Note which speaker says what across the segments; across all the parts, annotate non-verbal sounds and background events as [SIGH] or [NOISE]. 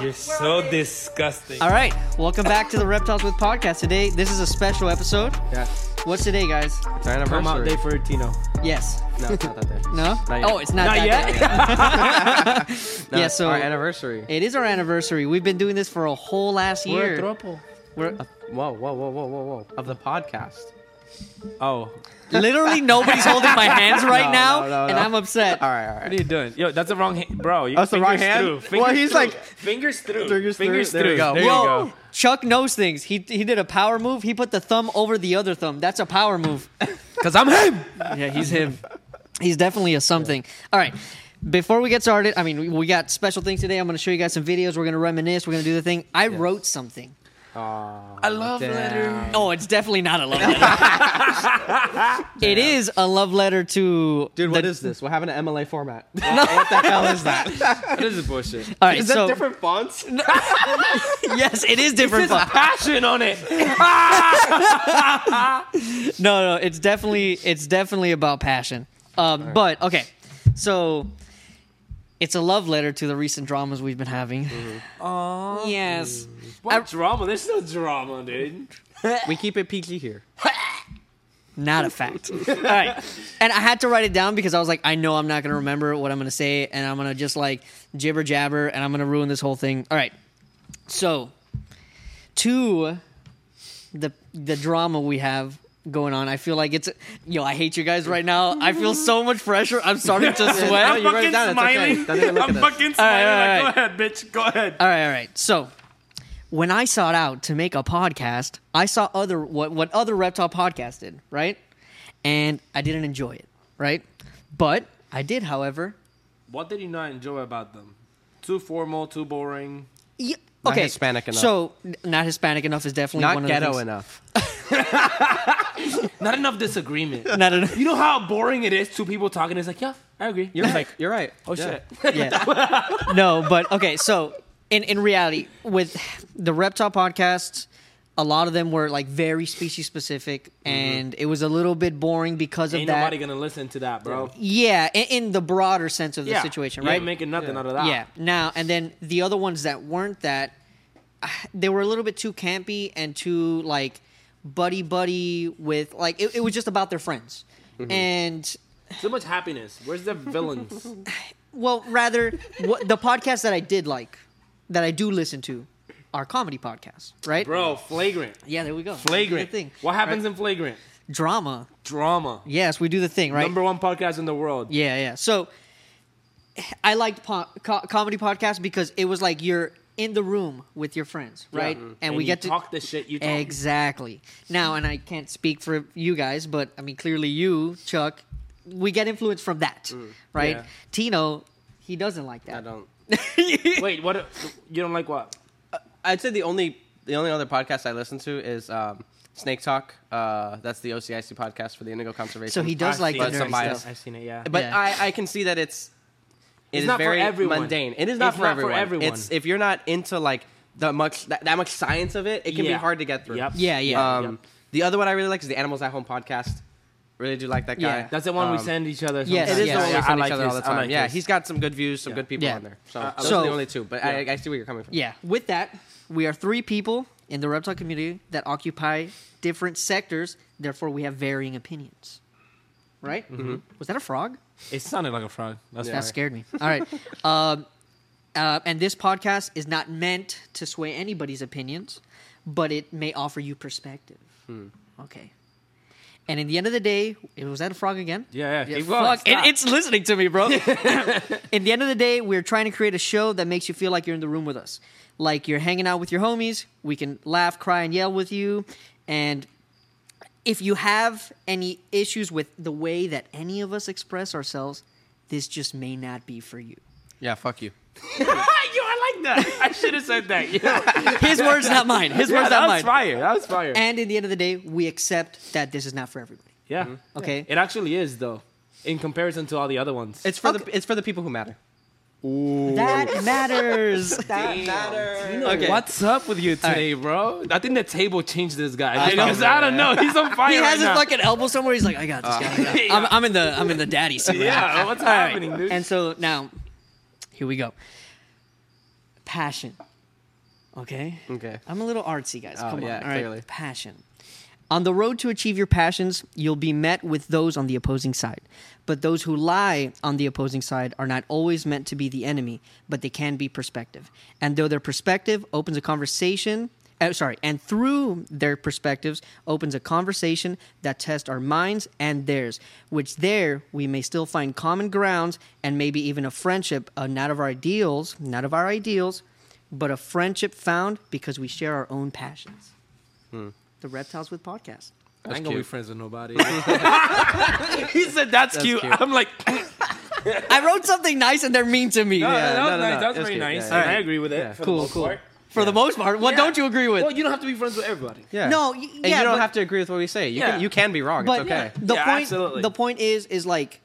Speaker 1: You're so disgusting.
Speaker 2: All right, welcome back to the Reptiles with Podcast. Today, this is a special episode.
Speaker 1: Yeah,
Speaker 2: What's today, guys?
Speaker 1: it's Come out day for Tino.
Speaker 2: Yes.
Speaker 1: No, it's not that day.
Speaker 2: No.
Speaker 1: Not yet.
Speaker 2: Oh, it's not,
Speaker 1: Not
Speaker 2: that
Speaker 3: [LAUGHS]
Speaker 1: yet?
Speaker 2: bad.
Speaker 1: No,
Speaker 2: yeah.
Speaker 1: it's
Speaker 2: So
Speaker 1: our anniversary.
Speaker 2: it is our anniversary. We've been doing this for a whole last year.
Speaker 1: [LAUGHS] throuple.
Speaker 2: We're-
Speaker 1: Whoa, whoa, whoa, whoa, whoa, whoa! Of the podcast. Oh,
Speaker 2: literally nobody's holding my hands right
Speaker 1: No,
Speaker 2: now,
Speaker 1: no, no,
Speaker 2: and
Speaker 1: no.
Speaker 2: I'm upset.
Speaker 1: all right, all right.
Speaker 3: What are you doing? Yo, that's the wrong hand, bro. You,
Speaker 1: That's the wrong
Speaker 3: fingers
Speaker 1: hand?
Speaker 3: Through.
Speaker 1: Well,
Speaker 3: Fingers
Speaker 1: he's
Speaker 3: through.
Speaker 1: like-
Speaker 3: fingers through.
Speaker 1: Fingers through.
Speaker 3: Fingers
Speaker 1: There
Speaker 3: through.
Speaker 1: we go.
Speaker 3: There
Speaker 2: Whoa.
Speaker 3: you go.
Speaker 2: Chuck knows things. He he did a power move. He put the thumb over the other thumb. That's a power move. [LAUGHS]
Speaker 3: Cause I'm him.
Speaker 2: Yeah, he's him. He's definitely a something. All right. Before we get started, I mean, we- we got special things today. I'm going to show you guys some videos. We're going to reminisce. We're going to do the thing. I wrote something.
Speaker 1: Aw,
Speaker 3: I love
Speaker 1: damn.
Speaker 3: letter.
Speaker 2: Oh, it's definitely not a love letter.
Speaker 3: [LAUGHS]
Speaker 2: it is a love letter to
Speaker 1: Dude, what is this? What happened to MLA format? [LAUGHS] What the hell is [LAUGHS] that? Is
Speaker 3: This is bullshit.
Speaker 2: All right,
Speaker 1: that
Speaker 2: so
Speaker 1: different fonts?
Speaker 2: [LAUGHS] yes, it is different.
Speaker 3: There's
Speaker 1: [LAUGHS]
Speaker 2: font.
Speaker 3: passion on it. [LAUGHS]
Speaker 2: no, no, it's definitely it's definitely about passion. Um, But okay, so it's a love letter to the recent dramas we've been having. yes,
Speaker 3: What drama? There's no drama, dude.
Speaker 1: We keep it PG here.
Speaker 2: not a fact. [LAUGHS] All right, and I had to write it down because I was like, I know I'm not gonna remember what I'm gonna say, and I'm gonna just like jibber jabber, and I'm gonna ruin this whole thing. All right, so to the the drama we have going on, I feel like it's yo. I hate you guys right now. I feel so much pressure. I'm
Speaker 3: [LAUGHS]
Speaker 2: starting to sweat.
Speaker 1: no,
Speaker 3: I'm
Speaker 1: you wrote
Speaker 3: fucking
Speaker 1: it down, it's okay.
Speaker 3: smiling.
Speaker 1: Don't even look
Speaker 3: I'm
Speaker 1: at us.
Speaker 3: fucking smiling.
Speaker 2: right,
Speaker 3: like, Go ahead, bitch. Go ahead.
Speaker 2: All right, all right. So, when I sought out to make a podcast, I saw other what what other reptile podcast did, right? And I didn't enjoy it, right? But I did, however.
Speaker 3: What did you not enjoy about them? Too formal. Too boring.
Speaker 2: Y- okay,
Speaker 1: Not Hispanic enough.
Speaker 2: So, n- not Hispanic enough is definitely one of
Speaker 1: Not
Speaker 2: the
Speaker 1: ghetto
Speaker 2: things-
Speaker 1: enough.
Speaker 3: Not enough
Speaker 1: [LAUGHS]
Speaker 3: disagreement.
Speaker 2: Not enough.
Speaker 3: you know how boring it is. Two people talking. It's like, yeah, I agree.
Speaker 1: You're like,
Speaker 2: [LAUGHS]
Speaker 1: you're right.
Speaker 3: oh
Speaker 1: Yeah.
Speaker 3: shit.
Speaker 2: Yeah. no, but okay. So in in reality, with the reptile podcasts, a lot of them were like very species specific,
Speaker 1: Mm-hmm.
Speaker 2: and it was a little bit boring because of
Speaker 3: Ain't
Speaker 2: that.
Speaker 3: nobody gonna listen to that, bro.
Speaker 2: yeah, in, in the broader sense of the
Speaker 3: Yeah.
Speaker 2: situation,
Speaker 3: You
Speaker 2: right?
Speaker 3: ain't making nothing out of that.
Speaker 2: Yeah. Now and then the other ones that weren't that, [SIGHS] they were a little bit too campy and too like buddy buddy with like it, it was just about their friends
Speaker 3: Mm-hmm.
Speaker 2: and
Speaker 3: So much happiness. Where's the
Speaker 2: [LAUGHS]
Speaker 3: villains?
Speaker 2: well rather what the podcasts that I did like that I do listen to are comedy podcasts right
Speaker 3: Bro, flagrant.
Speaker 2: yeah there we go
Speaker 3: Flagrant.
Speaker 2: We do the thing
Speaker 3: What happens in flagrant?
Speaker 2: drama
Speaker 3: Drama.
Speaker 2: yes we do the thing right
Speaker 3: Number one podcast in the world.
Speaker 2: Yeah, yeah. So I liked po- co- comedy podcasts because it was like you're in the room with your friends, right?
Speaker 3: Mhm.
Speaker 2: And, we
Speaker 3: you
Speaker 2: get to
Speaker 3: talk the shit you talk.
Speaker 2: exactly now. And I can't speak for you guys, but I mean, clearly you, Chuck, we get influence from that, right?
Speaker 3: Yeah.
Speaker 2: Tino, he doesn't like that.
Speaker 1: I don't.
Speaker 3: Wait, what? You don't like what?
Speaker 1: I'd say the only the only other podcast I listen to is um, Snake Talk. Uh, that's the OCIC podcast for the Indigo Conservation.
Speaker 2: So he does
Speaker 3: I've
Speaker 2: like
Speaker 3: seen
Speaker 2: the
Speaker 1: it. But some
Speaker 2: nerdy
Speaker 1: bias.
Speaker 2: stuff.
Speaker 3: I've seen it, yeah.
Speaker 1: but
Speaker 2: Yeah.
Speaker 1: I, I can see that it's
Speaker 3: It's
Speaker 1: it's
Speaker 3: not for
Speaker 1: very
Speaker 3: everyone.
Speaker 1: mundane. It is not,
Speaker 3: It's
Speaker 1: for,
Speaker 3: not for
Speaker 1: everyone.
Speaker 3: everyone.
Speaker 1: It's if you're not into like the much that, that much science of it, it can be
Speaker 3: Yeah.
Speaker 1: hard to get through.
Speaker 3: Yep.
Speaker 2: Yeah, yeah.
Speaker 1: Um,
Speaker 3: Yep.
Speaker 1: The other one I really like is the Animals at Home podcast. Really do like that guy.
Speaker 2: Yeah.
Speaker 3: That's the one we
Speaker 1: Um,
Speaker 3: send each other.
Speaker 2: Yes,
Speaker 1: It
Speaker 3: sometimes.
Speaker 1: is
Speaker 2: yes.
Speaker 1: the one
Speaker 2: Yeah,
Speaker 1: we
Speaker 3: I
Speaker 1: send
Speaker 3: like
Speaker 1: each other
Speaker 3: his.
Speaker 1: all the
Speaker 3: I
Speaker 1: time.
Speaker 3: like
Speaker 1: yeah,
Speaker 3: his. Uh,
Speaker 1: he's got some good views, some good people
Speaker 2: Yeah.
Speaker 1: on there. So
Speaker 3: I- I
Speaker 1: those
Speaker 2: like
Speaker 1: are the
Speaker 2: his.
Speaker 1: only two. But I, I see where you're coming from.
Speaker 2: [LAUGHS] Yeah. With that, we are three people in the reptile community that occupy different sectors. Therefore, we have varying opinions. Right? Mm-hmm. Was that a frog?
Speaker 3: It sounded like a frog. That's
Speaker 2: That scared me. All right. um, uh, and this podcast is not meant to sway anybody's opinions, but it may offer you perspective. Okay. And in the end of the day, it was that a frog again?
Speaker 3: Yeah, yeah.
Speaker 2: Yeah,
Speaker 3: keep going,
Speaker 2: fuck. It-
Speaker 3: stop.
Speaker 2: it's listening to me, [LAUGHS] bro. in the end of the day, we're trying to create a show that makes you feel like you're in the room with us. Like you're hanging out with your homies. We can laugh, cry, and yell with you. And if you have any issues with the way that any of us express ourselves, this just may not be for you.
Speaker 1: Yeah, fuck you.
Speaker 3: [LAUGHS] Yo, I like
Speaker 2: [LAUGHS]
Speaker 3: that. I should have said that. Yo,
Speaker 2: His words, not mine. His words,
Speaker 3: that
Speaker 2: not
Speaker 3: was
Speaker 2: mine.
Speaker 3: fire. That was fire.
Speaker 2: And in the end of the day, we accept that this is not for everybody.
Speaker 3: yeah.
Speaker 2: Okay.
Speaker 3: It actually is though, in comparison to all the other ones.
Speaker 1: It's for the it's for the people who matter.
Speaker 2: That matters. Okay.
Speaker 3: What's up with you today, bro? I think the table changed this guy. Because I don't know. He's on fire.
Speaker 2: He
Speaker 3: right
Speaker 2: has his
Speaker 3: now.
Speaker 2: fucking elbow somewhere. He's like, I got this guy. I got- I'm, I'm in the I'm in the daddy suit.
Speaker 3: Yeah, what's happening, dude?
Speaker 2: And so now, here we go. passion. Okay?
Speaker 1: Okay.
Speaker 2: I'm a little artsy, guys.
Speaker 1: Mm. Oh,
Speaker 2: Come
Speaker 1: yeah,
Speaker 2: on. All right.
Speaker 1: clearly.
Speaker 2: Passion. On the road to achieve your passions, you'll be met with those on the opposing side. But those who lie on the opposing side are not always meant to be the enemy, but they can be perspective. And though their perspective opens a conversation, uh, sorry, and through their perspectives opens a conversation that tests our minds and theirs, which there we may still find common grounds and maybe even a friendship, uh, not of our ideals, not of our ideals, but a friendship found because we share our own passions. The Reptiles with Podcast.
Speaker 4: I ain't
Speaker 1: cute.
Speaker 4: gonna be friends with [LAUGHS] nobody.
Speaker 5: He said that's, cute.
Speaker 1: cute.
Speaker 4: [LAUGHS]
Speaker 5: I'm like,
Speaker 2: I wrote something nice and they're mean to me.
Speaker 1: Yeah,
Speaker 4: that was
Speaker 1: no, no,
Speaker 4: nice.
Speaker 1: no,
Speaker 4: That was
Speaker 1: it's
Speaker 4: very
Speaker 1: cute.
Speaker 4: nice.
Speaker 1: Yeah, yeah.
Speaker 4: and I agree with it.
Speaker 1: Yeah.
Speaker 4: for the
Speaker 2: Cool,
Speaker 4: most
Speaker 2: cool.
Speaker 4: part.
Speaker 2: For the most part. What
Speaker 4: Yeah.
Speaker 2: don't you agree with?
Speaker 4: Well, you don't have to be friends with
Speaker 3: [LAUGHS]
Speaker 4: everybody.
Speaker 1: Yeah.
Speaker 2: No, y-
Speaker 1: and
Speaker 2: yeah,
Speaker 1: you don't
Speaker 2: but-
Speaker 1: have to agree with what we say. You
Speaker 4: Yeah.
Speaker 1: can, you can be wrong.
Speaker 2: but
Speaker 1: it's okay.
Speaker 2: the
Speaker 4: Yeah,
Speaker 2: point
Speaker 4: absolutely.
Speaker 2: the point is is like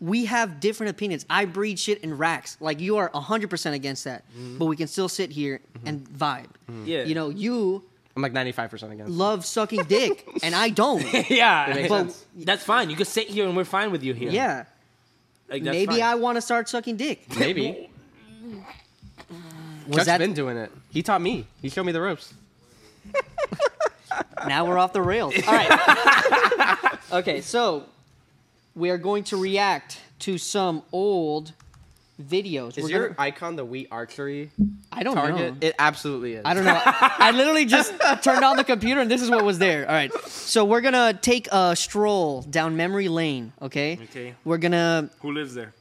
Speaker 2: we have different opinions. I breed shit in racks. Like you are 100% against that.
Speaker 1: Mm-hmm.
Speaker 2: But we can still sit here and vibe.
Speaker 4: Yeah.
Speaker 2: You know, you
Speaker 1: I'm like 95 percent against. it.
Speaker 2: love sucking dick and I don't.
Speaker 4: yeah,
Speaker 1: [LAUGHS] makes
Speaker 4: but
Speaker 1: sense.
Speaker 4: that's fine. You can sit here and we're fine with you here.
Speaker 2: Yeah.
Speaker 4: like, that's
Speaker 2: Maybe
Speaker 4: fine.
Speaker 2: I want to start sucking dick. [LAUGHS]
Speaker 1: Maybe.
Speaker 2: Was
Speaker 1: Chuck's
Speaker 2: that
Speaker 1: been doing it. He taught me. He showed me the ropes.
Speaker 2: Now we're off the
Speaker 1: [LAUGHS]
Speaker 2: rails. All right. okay, so we are going to react to some old videos.
Speaker 1: Is
Speaker 2: We're
Speaker 1: your
Speaker 2: gonna-
Speaker 1: icon the wheat archery
Speaker 2: I don't
Speaker 1: target?
Speaker 2: know.
Speaker 1: It absolutely is.
Speaker 2: I don't know. I literally
Speaker 1: [LAUGHS]
Speaker 2: just turned on the computer and this is what was there. All right. So we're going to take a stroll down memory lane, okay?
Speaker 5: Okay.
Speaker 2: We're going to
Speaker 5: who lives there?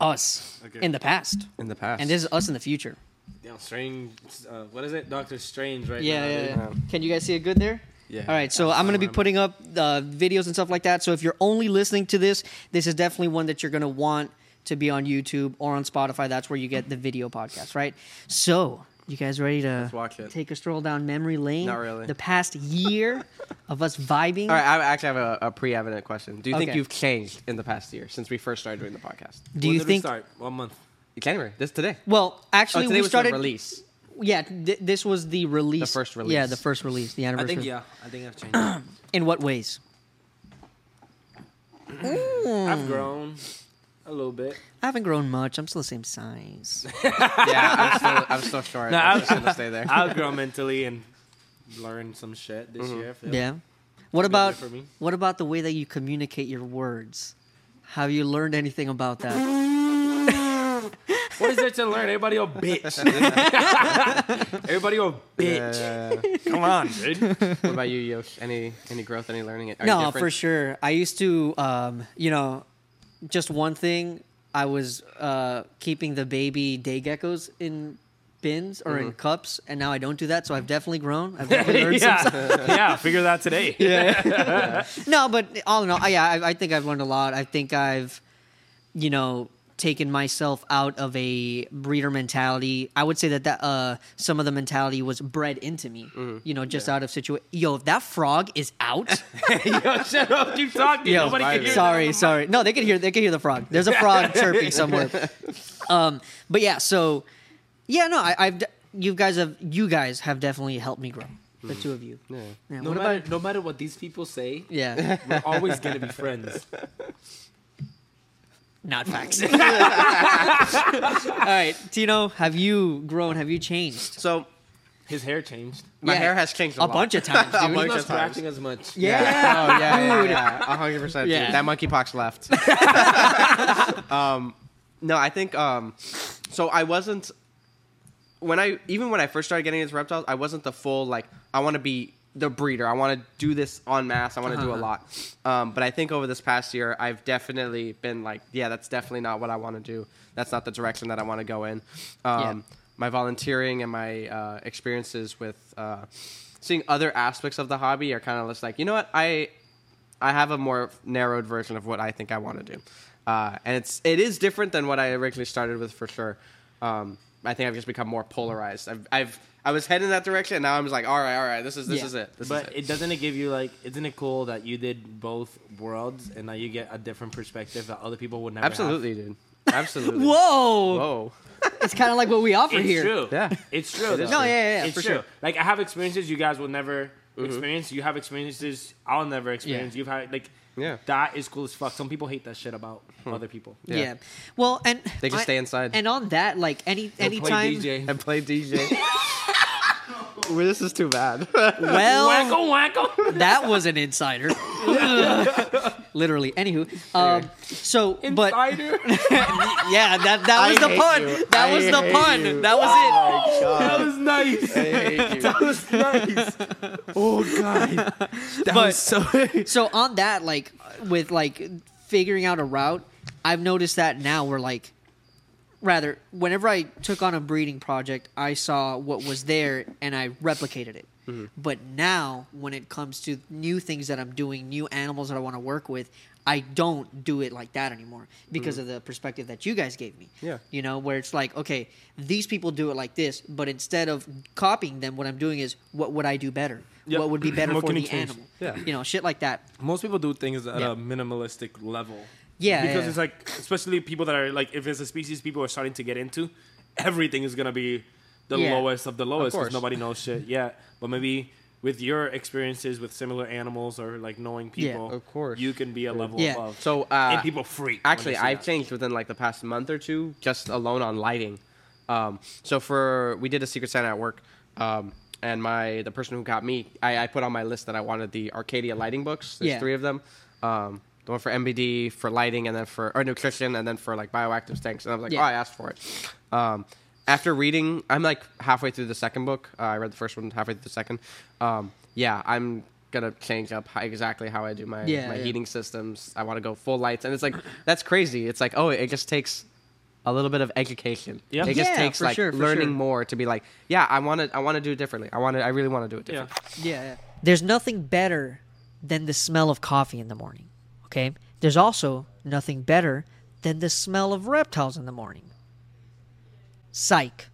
Speaker 2: us
Speaker 5: Okay.
Speaker 2: in the past.
Speaker 1: in the past.
Speaker 2: And this is us in the future.
Speaker 4: Damn, strange. Uh, what is it, Doctor Strange? Right
Speaker 2: Yeah,
Speaker 4: now.
Speaker 2: yeah,
Speaker 4: dude.
Speaker 2: yeah. Can you guys see it good there?
Speaker 1: Yeah.
Speaker 2: All right, so I'm going to be putting up uh, videos and stuff like that. So if you're only listening to this, this is definitely one that you're going to want to be on YouTube or on Spotify. That's where you get the video podcast, right? So you guys ready to
Speaker 1: watch it.
Speaker 2: take a stroll down memory lane?
Speaker 1: Not really.
Speaker 2: The past year of us vibing.
Speaker 1: All right, I actually have a, a pre-evident question. Do you think
Speaker 2: Okay.
Speaker 1: you've changed in the past year since we first started doing the podcast?
Speaker 2: Do
Speaker 4: When
Speaker 2: you
Speaker 4: did we
Speaker 2: think?
Speaker 4: start? one month?
Speaker 1: January. This today.
Speaker 2: Well,
Speaker 1: Oh,
Speaker 2: actually,
Speaker 1: today
Speaker 2: we
Speaker 1: was
Speaker 2: started.
Speaker 1: the release.
Speaker 2: Yeah, th- this was the release.
Speaker 1: first
Speaker 2: Yeah,
Speaker 1: release.
Speaker 2: the first release. The
Speaker 4: I
Speaker 2: anniversary.
Speaker 4: think yeah. I think I've
Speaker 2: [COUGHS]
Speaker 4: changed.
Speaker 2: In what ways?
Speaker 4: I've grown a little bit.
Speaker 2: I haven't grown much. I'm still the same
Speaker 1: [LAUGHS]
Speaker 2: size.
Speaker 1: yeah, I'm still, I'm still short.
Speaker 4: No,
Speaker 1: I'm
Speaker 4: I-
Speaker 1: just gonna
Speaker 2: [LAUGHS]
Speaker 1: stay there.
Speaker 4: I've grown mentally and learned some shit this
Speaker 1: Mm-hmm.
Speaker 4: year. I feel.
Speaker 2: Yeah. What
Speaker 4: been there
Speaker 2: about
Speaker 4: for me.
Speaker 2: what about the way that you communicate your words? Have you learned anything about that?
Speaker 4: What is there to learn? Everybody a bitch. [LAUGHS] Everybody a
Speaker 1: Yeah,
Speaker 4: bitch.
Speaker 1: yeah, yeah.
Speaker 5: Come
Speaker 4: [LAUGHS]
Speaker 5: on, dude.
Speaker 1: Uh, What about you, Yosh? Any any growth? Any learning? Are you
Speaker 2: no,
Speaker 1: different?
Speaker 2: for sure. I used to, um, you know, just one thing. I was uh, keeping the baby day geckos in bins or in cups, and now I don't do that. So I've definitely grown. I've definitely learned some stuff.
Speaker 5: yeah, yeah. Figure that
Speaker 2: [LAUGHS]
Speaker 5: today. Yeah.
Speaker 2: No, but all in all, I- yeah, I, I think I've learned a lot. I think I've, you know, taken myself out of a breeder mentality. I would say that that uh, some of the mentality was bred into me.
Speaker 4: Mm-hmm.
Speaker 2: You know, just out of situation. Yo, if that frog is
Speaker 4: [LAUGHS]
Speaker 2: out.
Speaker 4: Yo, [LAUGHS] shut up. Keep talking.
Speaker 2: Yo,
Speaker 4: Nobody can hear
Speaker 2: sorry, sorry. No, they can hear. They can hear the frog. There's a
Speaker 4: [LAUGHS]
Speaker 2: frog chirping somewhere. Um, but yeah, so yeah, no, I, I've. De- you guys have. You guys have definitely helped me grow. The two of you. Yeah.
Speaker 4: Mm-hmm. No
Speaker 2: what
Speaker 4: matter,
Speaker 2: about?
Speaker 4: no matter what these people
Speaker 2: [LAUGHS]
Speaker 4: say,
Speaker 2: Yeah.
Speaker 4: we're always gonna be friends.
Speaker 2: Not facts. All right, Tino, have you grown? Have you changed?
Speaker 1: So
Speaker 4: His hair changed.
Speaker 1: my
Speaker 2: Yeah.
Speaker 1: hair has changed a,
Speaker 2: A
Speaker 1: lot.
Speaker 2: bunch of times,
Speaker 1: [LAUGHS] a
Speaker 2: dude.
Speaker 1: bunch
Speaker 4: He's not
Speaker 1: of times.
Speaker 4: scratching as much.
Speaker 1: Yeah. [LAUGHS] Oh, yeah, yeah, yeah. A hundred percent.
Speaker 2: Yeah.
Speaker 1: dude. That monkeypox left. um, no, I think. Um, so I wasn't. When I even when I first started getting into reptiles, I wasn't the full like I want to be the breeder. I want to do this en masse. I want to do a lot. Um, but I think over this past year, I've definitely been like, yeah, that's definitely not what I want to do. That's not the direction that I want to go in. Um,
Speaker 2: Yeah.
Speaker 1: my volunteering and my uh, experiences with uh, seeing other aspects of the hobby are kind of just like you know what I I have a more narrowed version of what I think I want to do, uh, and it's it is different than what I originally started with for sure. Um, I think I've just become more polarized. I've, I've I was heading that direction, and now I'm just like, all right, all right, this is this
Speaker 2: Yeah.
Speaker 1: is it. This
Speaker 4: But
Speaker 1: is
Speaker 4: it doesn't it give you like isn't it cool that you did both worlds and now you get a different perspective that other people would never have?
Speaker 1: absolutely,
Speaker 2: [LAUGHS]
Speaker 1: dude, absolutely.
Speaker 2: Whoa!
Speaker 1: Whoa.
Speaker 2: It's kind of like what we offer
Speaker 4: It's
Speaker 2: here.
Speaker 4: true.
Speaker 1: Yeah.
Speaker 4: It's true.
Speaker 1: is
Speaker 4: though.
Speaker 1: No,
Speaker 2: yeah, yeah, yeah,
Speaker 4: It's
Speaker 2: for
Speaker 4: true.
Speaker 2: sure. Mm-hmm.
Speaker 4: Like I have experiences you guys will never experience. You have experiences I'll never experience.
Speaker 2: Yeah. Hmm.
Speaker 4: You've had like
Speaker 1: Yeah.
Speaker 6: That is cool as fuck. Some people hate that shit about other people.
Speaker 2: Yeah.
Speaker 1: Yeah.
Speaker 2: Well, and
Speaker 1: They can
Speaker 2: I-
Speaker 1: stay inside.
Speaker 2: And on that, like any
Speaker 6: They'll play
Speaker 2: anytime.
Speaker 6: DJ.
Speaker 1: [LAUGHS] and play DJ. Well, this is too bad.
Speaker 2: [LAUGHS] Well,
Speaker 3: Wacko, wacko.
Speaker 2: that was an
Speaker 1: [LAUGHS]
Speaker 2: insider. Literally. Anywho, um, so but
Speaker 6: Insider.
Speaker 2: yeah, that that was
Speaker 1: I
Speaker 2: the
Speaker 1: hate
Speaker 2: pun.
Speaker 1: you.
Speaker 2: That
Speaker 1: I
Speaker 2: was the
Speaker 1: hate
Speaker 2: pun.
Speaker 1: you.
Speaker 2: That was it.
Speaker 1: [LAUGHS]
Speaker 6: that was
Speaker 2: [LAUGHS]
Speaker 6: nice.
Speaker 1: I hate you.
Speaker 6: That was nice. Oh god. That
Speaker 2: But-
Speaker 6: was so.
Speaker 2: So on that, like with like figuring out a route, I've noticed that now we're like rather whenever I took on a breeding project, I saw what was there and I replicated it. But now when it comes to new things that I'm doing, new animals that I want to work with, I don't do it like that anymore because of the perspective that you guys gave me.
Speaker 1: Yeah.
Speaker 2: You know, where it's like, okay, these people do it like this, but instead of copying them, what I'm doing is what would I do better?
Speaker 6: Yep.
Speaker 2: What would be better
Speaker 6: What
Speaker 2: for
Speaker 6: can you
Speaker 2: the
Speaker 6: change?
Speaker 2: animal?
Speaker 1: Yeah.
Speaker 2: You know, shit like that.
Speaker 3: Most people do things at
Speaker 2: Yeah.
Speaker 3: a minimalistic level.
Speaker 2: Yeah,
Speaker 3: Because
Speaker 2: yeah.
Speaker 3: it's like, especially people that are like, if it's a species people are starting to get into, everything is gonna be the
Speaker 2: Yeah.
Speaker 3: lowest of the lowest
Speaker 1: course.
Speaker 3: because nobody knows shit yet. But maybe with your experiences with similar animals or like knowing
Speaker 2: Yeah.
Speaker 3: people,
Speaker 1: Of course.
Speaker 3: you can be a level
Speaker 2: Yeah.
Speaker 3: above.
Speaker 1: So uh,
Speaker 3: and people freak. when
Speaker 1: Actually,
Speaker 3: they see
Speaker 1: I've
Speaker 3: that.
Speaker 1: changed within like the past month or two, just alone on lighting. Um, so for we did a Secret Santa at work, um, and my the person who got me, I, I put on my list that I wanted the Arcadia lighting books. There's
Speaker 2: Yeah.
Speaker 1: three of them. Um, the one for MBD, for lighting, and then for or nutrition, and then for like bioactive tanks. And I was like,
Speaker 2: Yeah.
Speaker 1: oh, I asked for it. Um, after reading, I'm like halfway through the second book. Uh, I read the first one halfway through the second. Um, yeah, I'm gonna change up how, exactly how I do my
Speaker 2: Yeah,
Speaker 1: my
Speaker 2: yeah.
Speaker 1: heating lighting systems. I want to go full lights, and it's like that's crazy. It's like oh, it just takes a little bit of education.
Speaker 3: Yeah.
Speaker 1: it just
Speaker 2: Yeah,
Speaker 1: takes
Speaker 2: for
Speaker 1: like
Speaker 2: sure, for
Speaker 1: learning
Speaker 2: sure.
Speaker 1: more to be like, yeah, I want to, I want to do it differently. I want to, I really want to do it
Speaker 3: Yeah.
Speaker 1: differently.
Speaker 2: Yeah, yeah. There's nothing better than the smell of coffee in the morning. Okay. There's also nothing better than the smell of reptiles in the morning. Psych.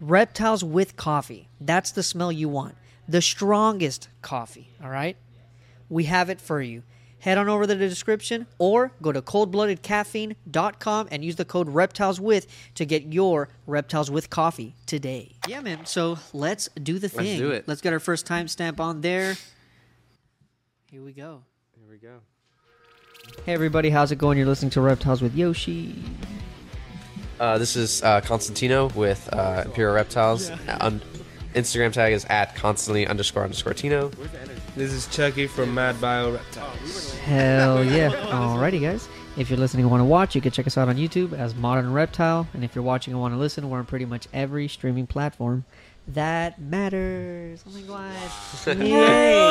Speaker 2: Reptiles with coffee. That's the smell you want. The strongest coffee. All right. We have it for you. Head on over to the description or go to coldbloodedcaffeine.com and use the code reptiles with to get your reptiles with coffee today. Yeah, man. So let's do the thing.
Speaker 1: do it.
Speaker 2: Let's get our first timestamp on there. Here we go.
Speaker 1: Here we go.
Speaker 2: Hey, everybody. How's it going? You're listening to Reptiles with Yoshi.
Speaker 1: Uh, this is uh, Constantino with uh, Imperial Reptiles. On Instagram tag is at constantly underscore underscore Tino.
Speaker 7: This is Chucky from Mad Bio Reptiles.
Speaker 2: Hell yeah. Alrighty, guys. If you're listening and want to watch, you can check us out on YouTube as Modern Reptile. And if you're watching and want to listen, we're on pretty much every streaming platform that matters. Oh my god. Yay! Yay!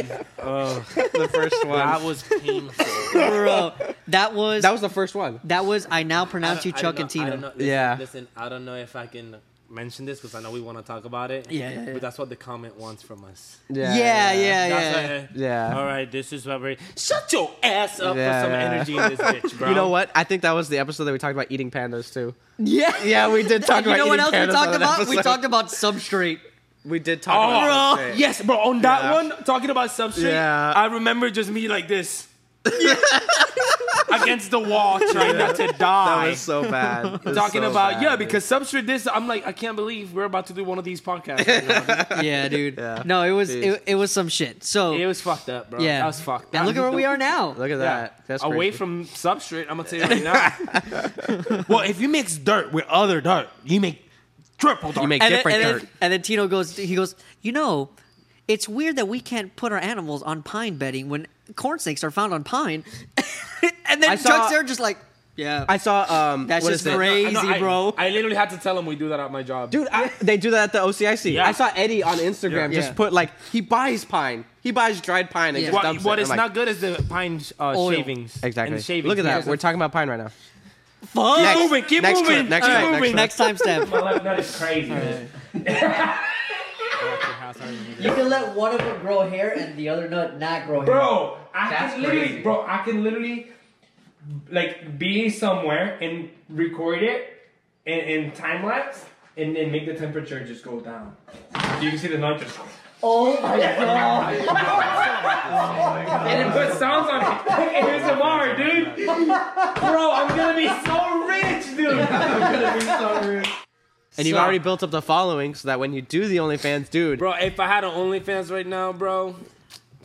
Speaker 1: the first that
Speaker 2: [LAUGHS]
Speaker 3: Oh,
Speaker 1: the first one.
Speaker 6: That was painful.
Speaker 2: [LAUGHS] Bro, that was
Speaker 1: That was the first one.
Speaker 2: that was I now
Speaker 6: I
Speaker 2: pronounce
Speaker 6: don't-
Speaker 2: you
Speaker 6: I
Speaker 2: Chuck
Speaker 6: don't
Speaker 2: and
Speaker 6: know- I
Speaker 2: Tino.
Speaker 6: don't know- listen-
Speaker 1: Yeah.
Speaker 6: Listen, I don't know if I can mention this because I know we want to talk about it.
Speaker 2: Yeah, yeah, yeah.
Speaker 6: But that's what the comment wants from us.
Speaker 2: Yeah, yeah, yeah.
Speaker 6: That's what-
Speaker 3: eh,
Speaker 1: Yeah.
Speaker 6: All right, this is what we're. Shut your ass up
Speaker 1: Yeah,
Speaker 6: for some
Speaker 1: yeah.
Speaker 6: energy in this bitch, bro.
Speaker 1: [LAUGHS] You know what? I think that was the episode that we talked about eating pandas too.
Speaker 2: Yeah.
Speaker 1: Yeah, we did talk
Speaker 2: You
Speaker 1: about.
Speaker 2: know what
Speaker 1: eating
Speaker 2: else we
Speaker 1: pandas
Speaker 2: talked
Speaker 1: on an
Speaker 2: about? We
Speaker 1: episode.
Speaker 2: talked Oh, about substrate.
Speaker 1: [LAUGHS] We did talk about. that shit.
Speaker 3: yes, Oh, bro. On that
Speaker 1: Yeah.
Speaker 3: one, talking about substrate,
Speaker 1: Yeah.
Speaker 3: I remember just me like this. [LAUGHS] Against the wall, trying not to die.
Speaker 1: That was so bad. It was
Speaker 3: talking
Speaker 1: so
Speaker 3: about
Speaker 1: bad,
Speaker 3: yeah
Speaker 1: dude.
Speaker 3: because substrate this i'm like i can't believe we're about to do one of these podcasts
Speaker 1: [LAUGHS]
Speaker 3: right now.
Speaker 2: Yeah, dude.
Speaker 1: Yeah.
Speaker 2: No, it was
Speaker 1: Jeez.
Speaker 2: it, it was some shit. So
Speaker 3: it was fucked up bro
Speaker 2: yeah,
Speaker 3: that was fucked
Speaker 2: And look at where we are now.
Speaker 1: look at
Speaker 3: Yeah.
Speaker 1: that. That's
Speaker 3: away
Speaker 1: crazy.
Speaker 3: from substrate i'm gonna tell you right now
Speaker 1: [LAUGHS]
Speaker 3: well if you mix dirt with other dirt you make triple dirt
Speaker 1: you make
Speaker 2: and
Speaker 1: different
Speaker 2: then, and
Speaker 1: dirt.
Speaker 2: Then, and then Tino goes, he goes, you know, it's weird that we can't put our animals on pine bedding when corn snakes are found on pine. [LAUGHS] and
Speaker 1: I
Speaker 2: then
Speaker 1: saw-
Speaker 2: Chuck's there just like, yeah,
Speaker 1: I saw um
Speaker 2: that's
Speaker 1: what
Speaker 2: just
Speaker 1: is it?
Speaker 2: crazy,
Speaker 3: No, I-
Speaker 2: bro.
Speaker 3: I, literally had to tell him we do that at my job
Speaker 1: Dude, I, they do that at the OCIC.
Speaker 3: Yeah.
Speaker 1: I saw Eddie on Instagram
Speaker 2: Yeah.
Speaker 1: just
Speaker 2: Yeah.
Speaker 1: put like he buys pine. He buys dried pine and
Speaker 2: Yeah.
Speaker 1: just
Speaker 3: what,
Speaker 1: dumps
Speaker 3: what
Speaker 1: it.
Speaker 3: is
Speaker 1: I'm like,
Speaker 3: not good is the pine uh,
Speaker 2: Oil.
Speaker 3: shavings and
Speaker 1: exactly.
Speaker 3: the shavings
Speaker 1: Look at that.
Speaker 3: Yeah.
Speaker 1: We're talking about pine right now.
Speaker 2: Fuck.
Speaker 1: Next.
Speaker 3: moving, keep
Speaker 1: next
Speaker 3: moving,
Speaker 1: Trip, next
Speaker 3: keep moving.
Speaker 1: trip, next trip.
Speaker 2: Next time step.
Speaker 3: that is crazy
Speaker 2: [LAUGHS] you can let one of them grow hair and the other nut not grow
Speaker 3: Bro, I
Speaker 1: That's
Speaker 3: can literally,
Speaker 1: crazy.
Speaker 3: bro, I can literally, like, be somewhere and record it in, in time lapse and then make the temperature just go down. So you can see the night just.
Speaker 2: Oh my god.
Speaker 3: And [LAUGHS] it put sounds on it. ASMR, dude. Bro, I'm gonna be so rich, dude. I'm gonna be so rich.
Speaker 1: And you've
Speaker 2: So-
Speaker 1: already built [LAUGHS] up the following so that when you do the OnlyFans, dude,
Speaker 6: Bro, if I had an OnlyFans right now, bro,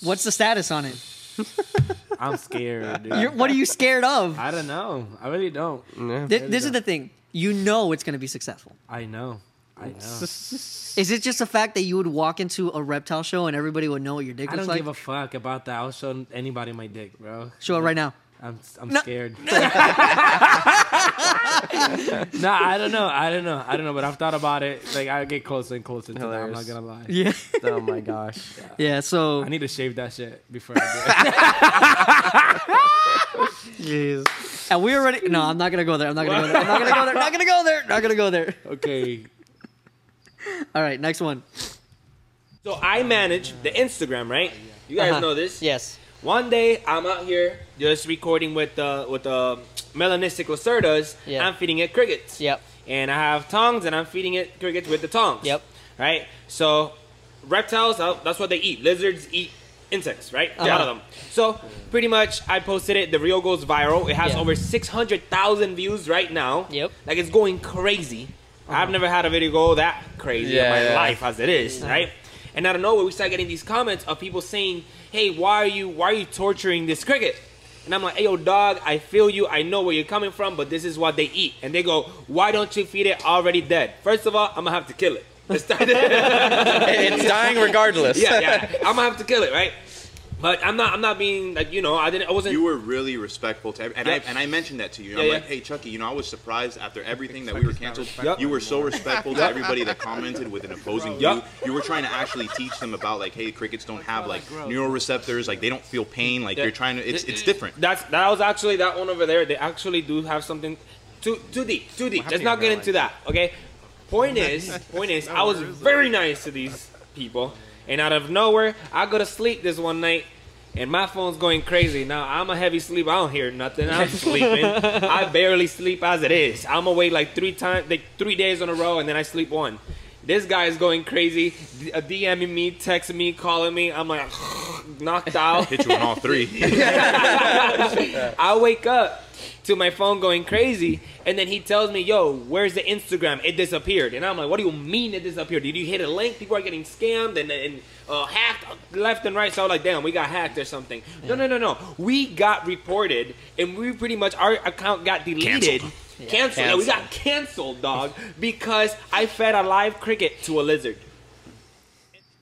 Speaker 2: What's the status on it?
Speaker 3: I'm scared,
Speaker 2: [LAUGHS]
Speaker 3: dude.
Speaker 2: You're, what are you scared of?
Speaker 3: I don't know. I really don't.
Speaker 2: Th- this is the thing. You know it's going to be successful.
Speaker 3: I know. I know.
Speaker 1: oh
Speaker 2: Is it just the fact that you would walk into a reptile show and everybody would know what your dick
Speaker 3: I
Speaker 2: looks
Speaker 3: don't
Speaker 2: like?
Speaker 3: give a fuck about that. I'll show anybody my dick, bro.
Speaker 2: show it right now.
Speaker 3: I'm I'm
Speaker 2: No. [LAUGHS]
Speaker 3: scared. no, I don't know. I don't know. I don't know. But I've thought about it. Like I get closer and closer to that. I'm not
Speaker 1: Hilarious.
Speaker 3: gonna lie.
Speaker 2: Yeah.
Speaker 1: oh my gosh.
Speaker 2: [LAUGHS] Yeah. So
Speaker 3: I need to shave that shit before I
Speaker 2: [LAUGHS]
Speaker 3: do it.
Speaker 1: Jeez.
Speaker 2: and we already. No, I'm not gonna go there. I'm not gonna go there. I'm not gonna go there. Not gonna go there. Not gonna go there.
Speaker 3: okay.
Speaker 2: All right. Next one.
Speaker 8: So I manage the Instagram, right? You guys
Speaker 2: Uh-huh.
Speaker 8: know this.
Speaker 2: Yes.
Speaker 8: One day I'm out here just recording with the with the melanistic lacerdas.
Speaker 2: Yeah.
Speaker 8: I'm feeding it crickets.
Speaker 2: Yep.
Speaker 8: And I have tongs, and I'm feeding it crickets with the tongs.
Speaker 2: Yep.
Speaker 8: Right. So reptiles, uh, that's what they eat. Lizards eat insects, right? A lot
Speaker 2: Uh-huh.
Speaker 8: of them. So pretty much, I posted it. The reel goes viral. It has
Speaker 2: Yeah.
Speaker 8: over six hundred thousand views right now.
Speaker 2: Yep.
Speaker 8: Like it's going crazy.
Speaker 3: Uh-huh.
Speaker 8: I've never had a video go that crazy in
Speaker 1: Yeah,
Speaker 8: my
Speaker 1: yeah.
Speaker 8: life as it is, right? And out of nowhere, we start getting these comments of people saying, "Hey, why are you why are you torturing this cricket?" And I'm like, "Hey, yo, dog, I feel you. I know where you're coming from, but this is what they eat." And they go, "Why don't you feed it already dead?" First of all, I'm gonna have to kill it. Let's [LAUGHS] start
Speaker 1: It's dying regardless.
Speaker 8: yeah, yeah. I'm gonna have to kill it, right? But I'm not. I'm not being like you know. I didn't. I wasn't.
Speaker 9: You were really respectful to every, and
Speaker 8: Yeah.
Speaker 9: I and I mentioned that to you.
Speaker 8: Yeah,
Speaker 9: I'm
Speaker 8: yeah.
Speaker 9: like, hey Chucky, you know, I was surprised after everything that we were canceled. You were so respectful to everybody that commented with an opposing
Speaker 8: Yeah.
Speaker 9: view. You were trying to actually teach them about like, hey, crickets don't have like neuroreceptors, like they don't feel pain. Like
Speaker 8: Yeah.
Speaker 9: you're trying to, it's it's
Speaker 8: Th-
Speaker 9: different.
Speaker 8: That's that was actually that one over there. They actually do have something. Too too deep, too deep. Let's not get into that. Okay. Point is, point is, I was very nice to these people, and out of nowhere, I go to sleep this one night. And my phone's going crazy. Now I'm a heavy sleeper. I don't hear nothing. I'm sleeping. I barely sleep as it is. I'm awake like three times, like three days in a row, and then I sleep one. This guy is going crazy, d- uh, DMing me, texting me, calling me. I'm like [SIGHS] knocked out.
Speaker 9: Hit you on all
Speaker 8: [LAUGHS]
Speaker 9: three.
Speaker 8: I wake up to my phone going crazy, and then he tells me, "Yo, where's the Instagram? It disappeared." And I'm like, "What do you mean it disappeared? Did you hit a link? People are getting scammed and and uh, hacked left and right." So I was like, "Damn, we got hacked or something." No, no, no, no. We got reported, and we pretty much our account got deleted. Canceled. canceled. Yeah, we got canceled, dog, because I fed a live cricket to a lizard.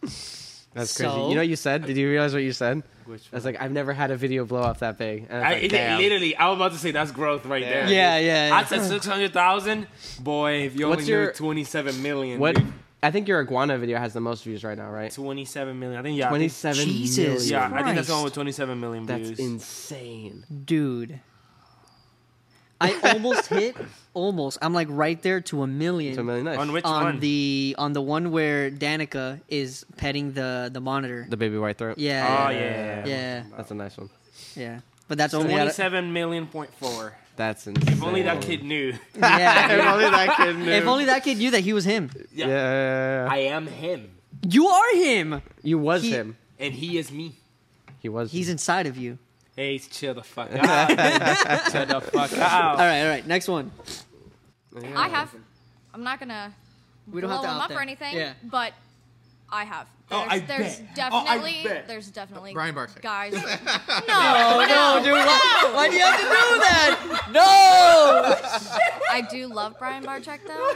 Speaker 1: That's crazy.
Speaker 2: So-
Speaker 1: you know what you said? Did you realize what you said? I was like, I've never had a video blow up that big. And I was
Speaker 3: I,
Speaker 1: like,
Speaker 3: it-
Speaker 1: damn.
Speaker 3: literally, I was about to say that's growth right there.
Speaker 2: Yeah. Yeah. yeah.
Speaker 3: I said six hundred thousand. Boy, if you only
Speaker 1: What's
Speaker 3: knew
Speaker 1: your-
Speaker 3: twenty-seven million.
Speaker 1: what?
Speaker 3: dude.
Speaker 1: I think your iguana video has the most views right now, right?
Speaker 3: Twenty-seven million. I think yeah. I think-
Speaker 1: Twenty-seven.
Speaker 2: Jesus.
Speaker 1: million.
Speaker 3: Yeah, I think that's the
Speaker 2: Christ.
Speaker 3: one with twenty-seven million
Speaker 1: That's
Speaker 3: views.
Speaker 1: insane.
Speaker 2: dude. I almost hit, almost. I'm like right there to a million.
Speaker 1: It's a million nice.
Speaker 3: Mm. On which
Speaker 2: on
Speaker 3: one?
Speaker 2: the on the one where Danica is petting the the monitor.
Speaker 1: the baby white throat.
Speaker 2: yeah,
Speaker 3: oh yeah.
Speaker 2: yeah,
Speaker 3: yeah, yeah.
Speaker 2: yeah,
Speaker 1: That's a nice one.
Speaker 2: yeah. But that's only out of-
Speaker 3: Twenty-seven million point four.
Speaker 1: That's insane.
Speaker 3: If only that kid knew.
Speaker 2: yeah.
Speaker 1: [LAUGHS]
Speaker 3: [LAUGHS]
Speaker 1: If only that kid knew.
Speaker 2: if only that kid knew that he was him.
Speaker 1: Yeah. yeah, yeah, yeah.
Speaker 8: I am him,
Speaker 2: You are him.
Speaker 1: You was
Speaker 2: He-
Speaker 1: him.
Speaker 8: and he
Speaker 3: [LAUGHS]
Speaker 8: is me.
Speaker 1: He was.
Speaker 2: He's inside of you.
Speaker 3: Hey, chill the [LAUGHS] fuck out. chill the fuck out.
Speaker 2: All right, all right. Next one.
Speaker 10: I have. I'm not gonna
Speaker 2: We don't
Speaker 10: blow
Speaker 2: have to
Speaker 10: them
Speaker 2: out
Speaker 10: up
Speaker 2: there.
Speaker 10: or anything,
Speaker 2: Yeah.
Speaker 10: but I have. There's,
Speaker 3: I
Speaker 10: there's
Speaker 3: bet. Oh, I
Speaker 10: definitely
Speaker 3: bet.
Speaker 10: there's definitely
Speaker 11: Brian Barclay.
Speaker 10: guys. no, no,
Speaker 2: No, dude. Why, why do you
Speaker 10: [LAUGHS]
Speaker 2: have to do that? No.
Speaker 10: I do love Brian Barchek though.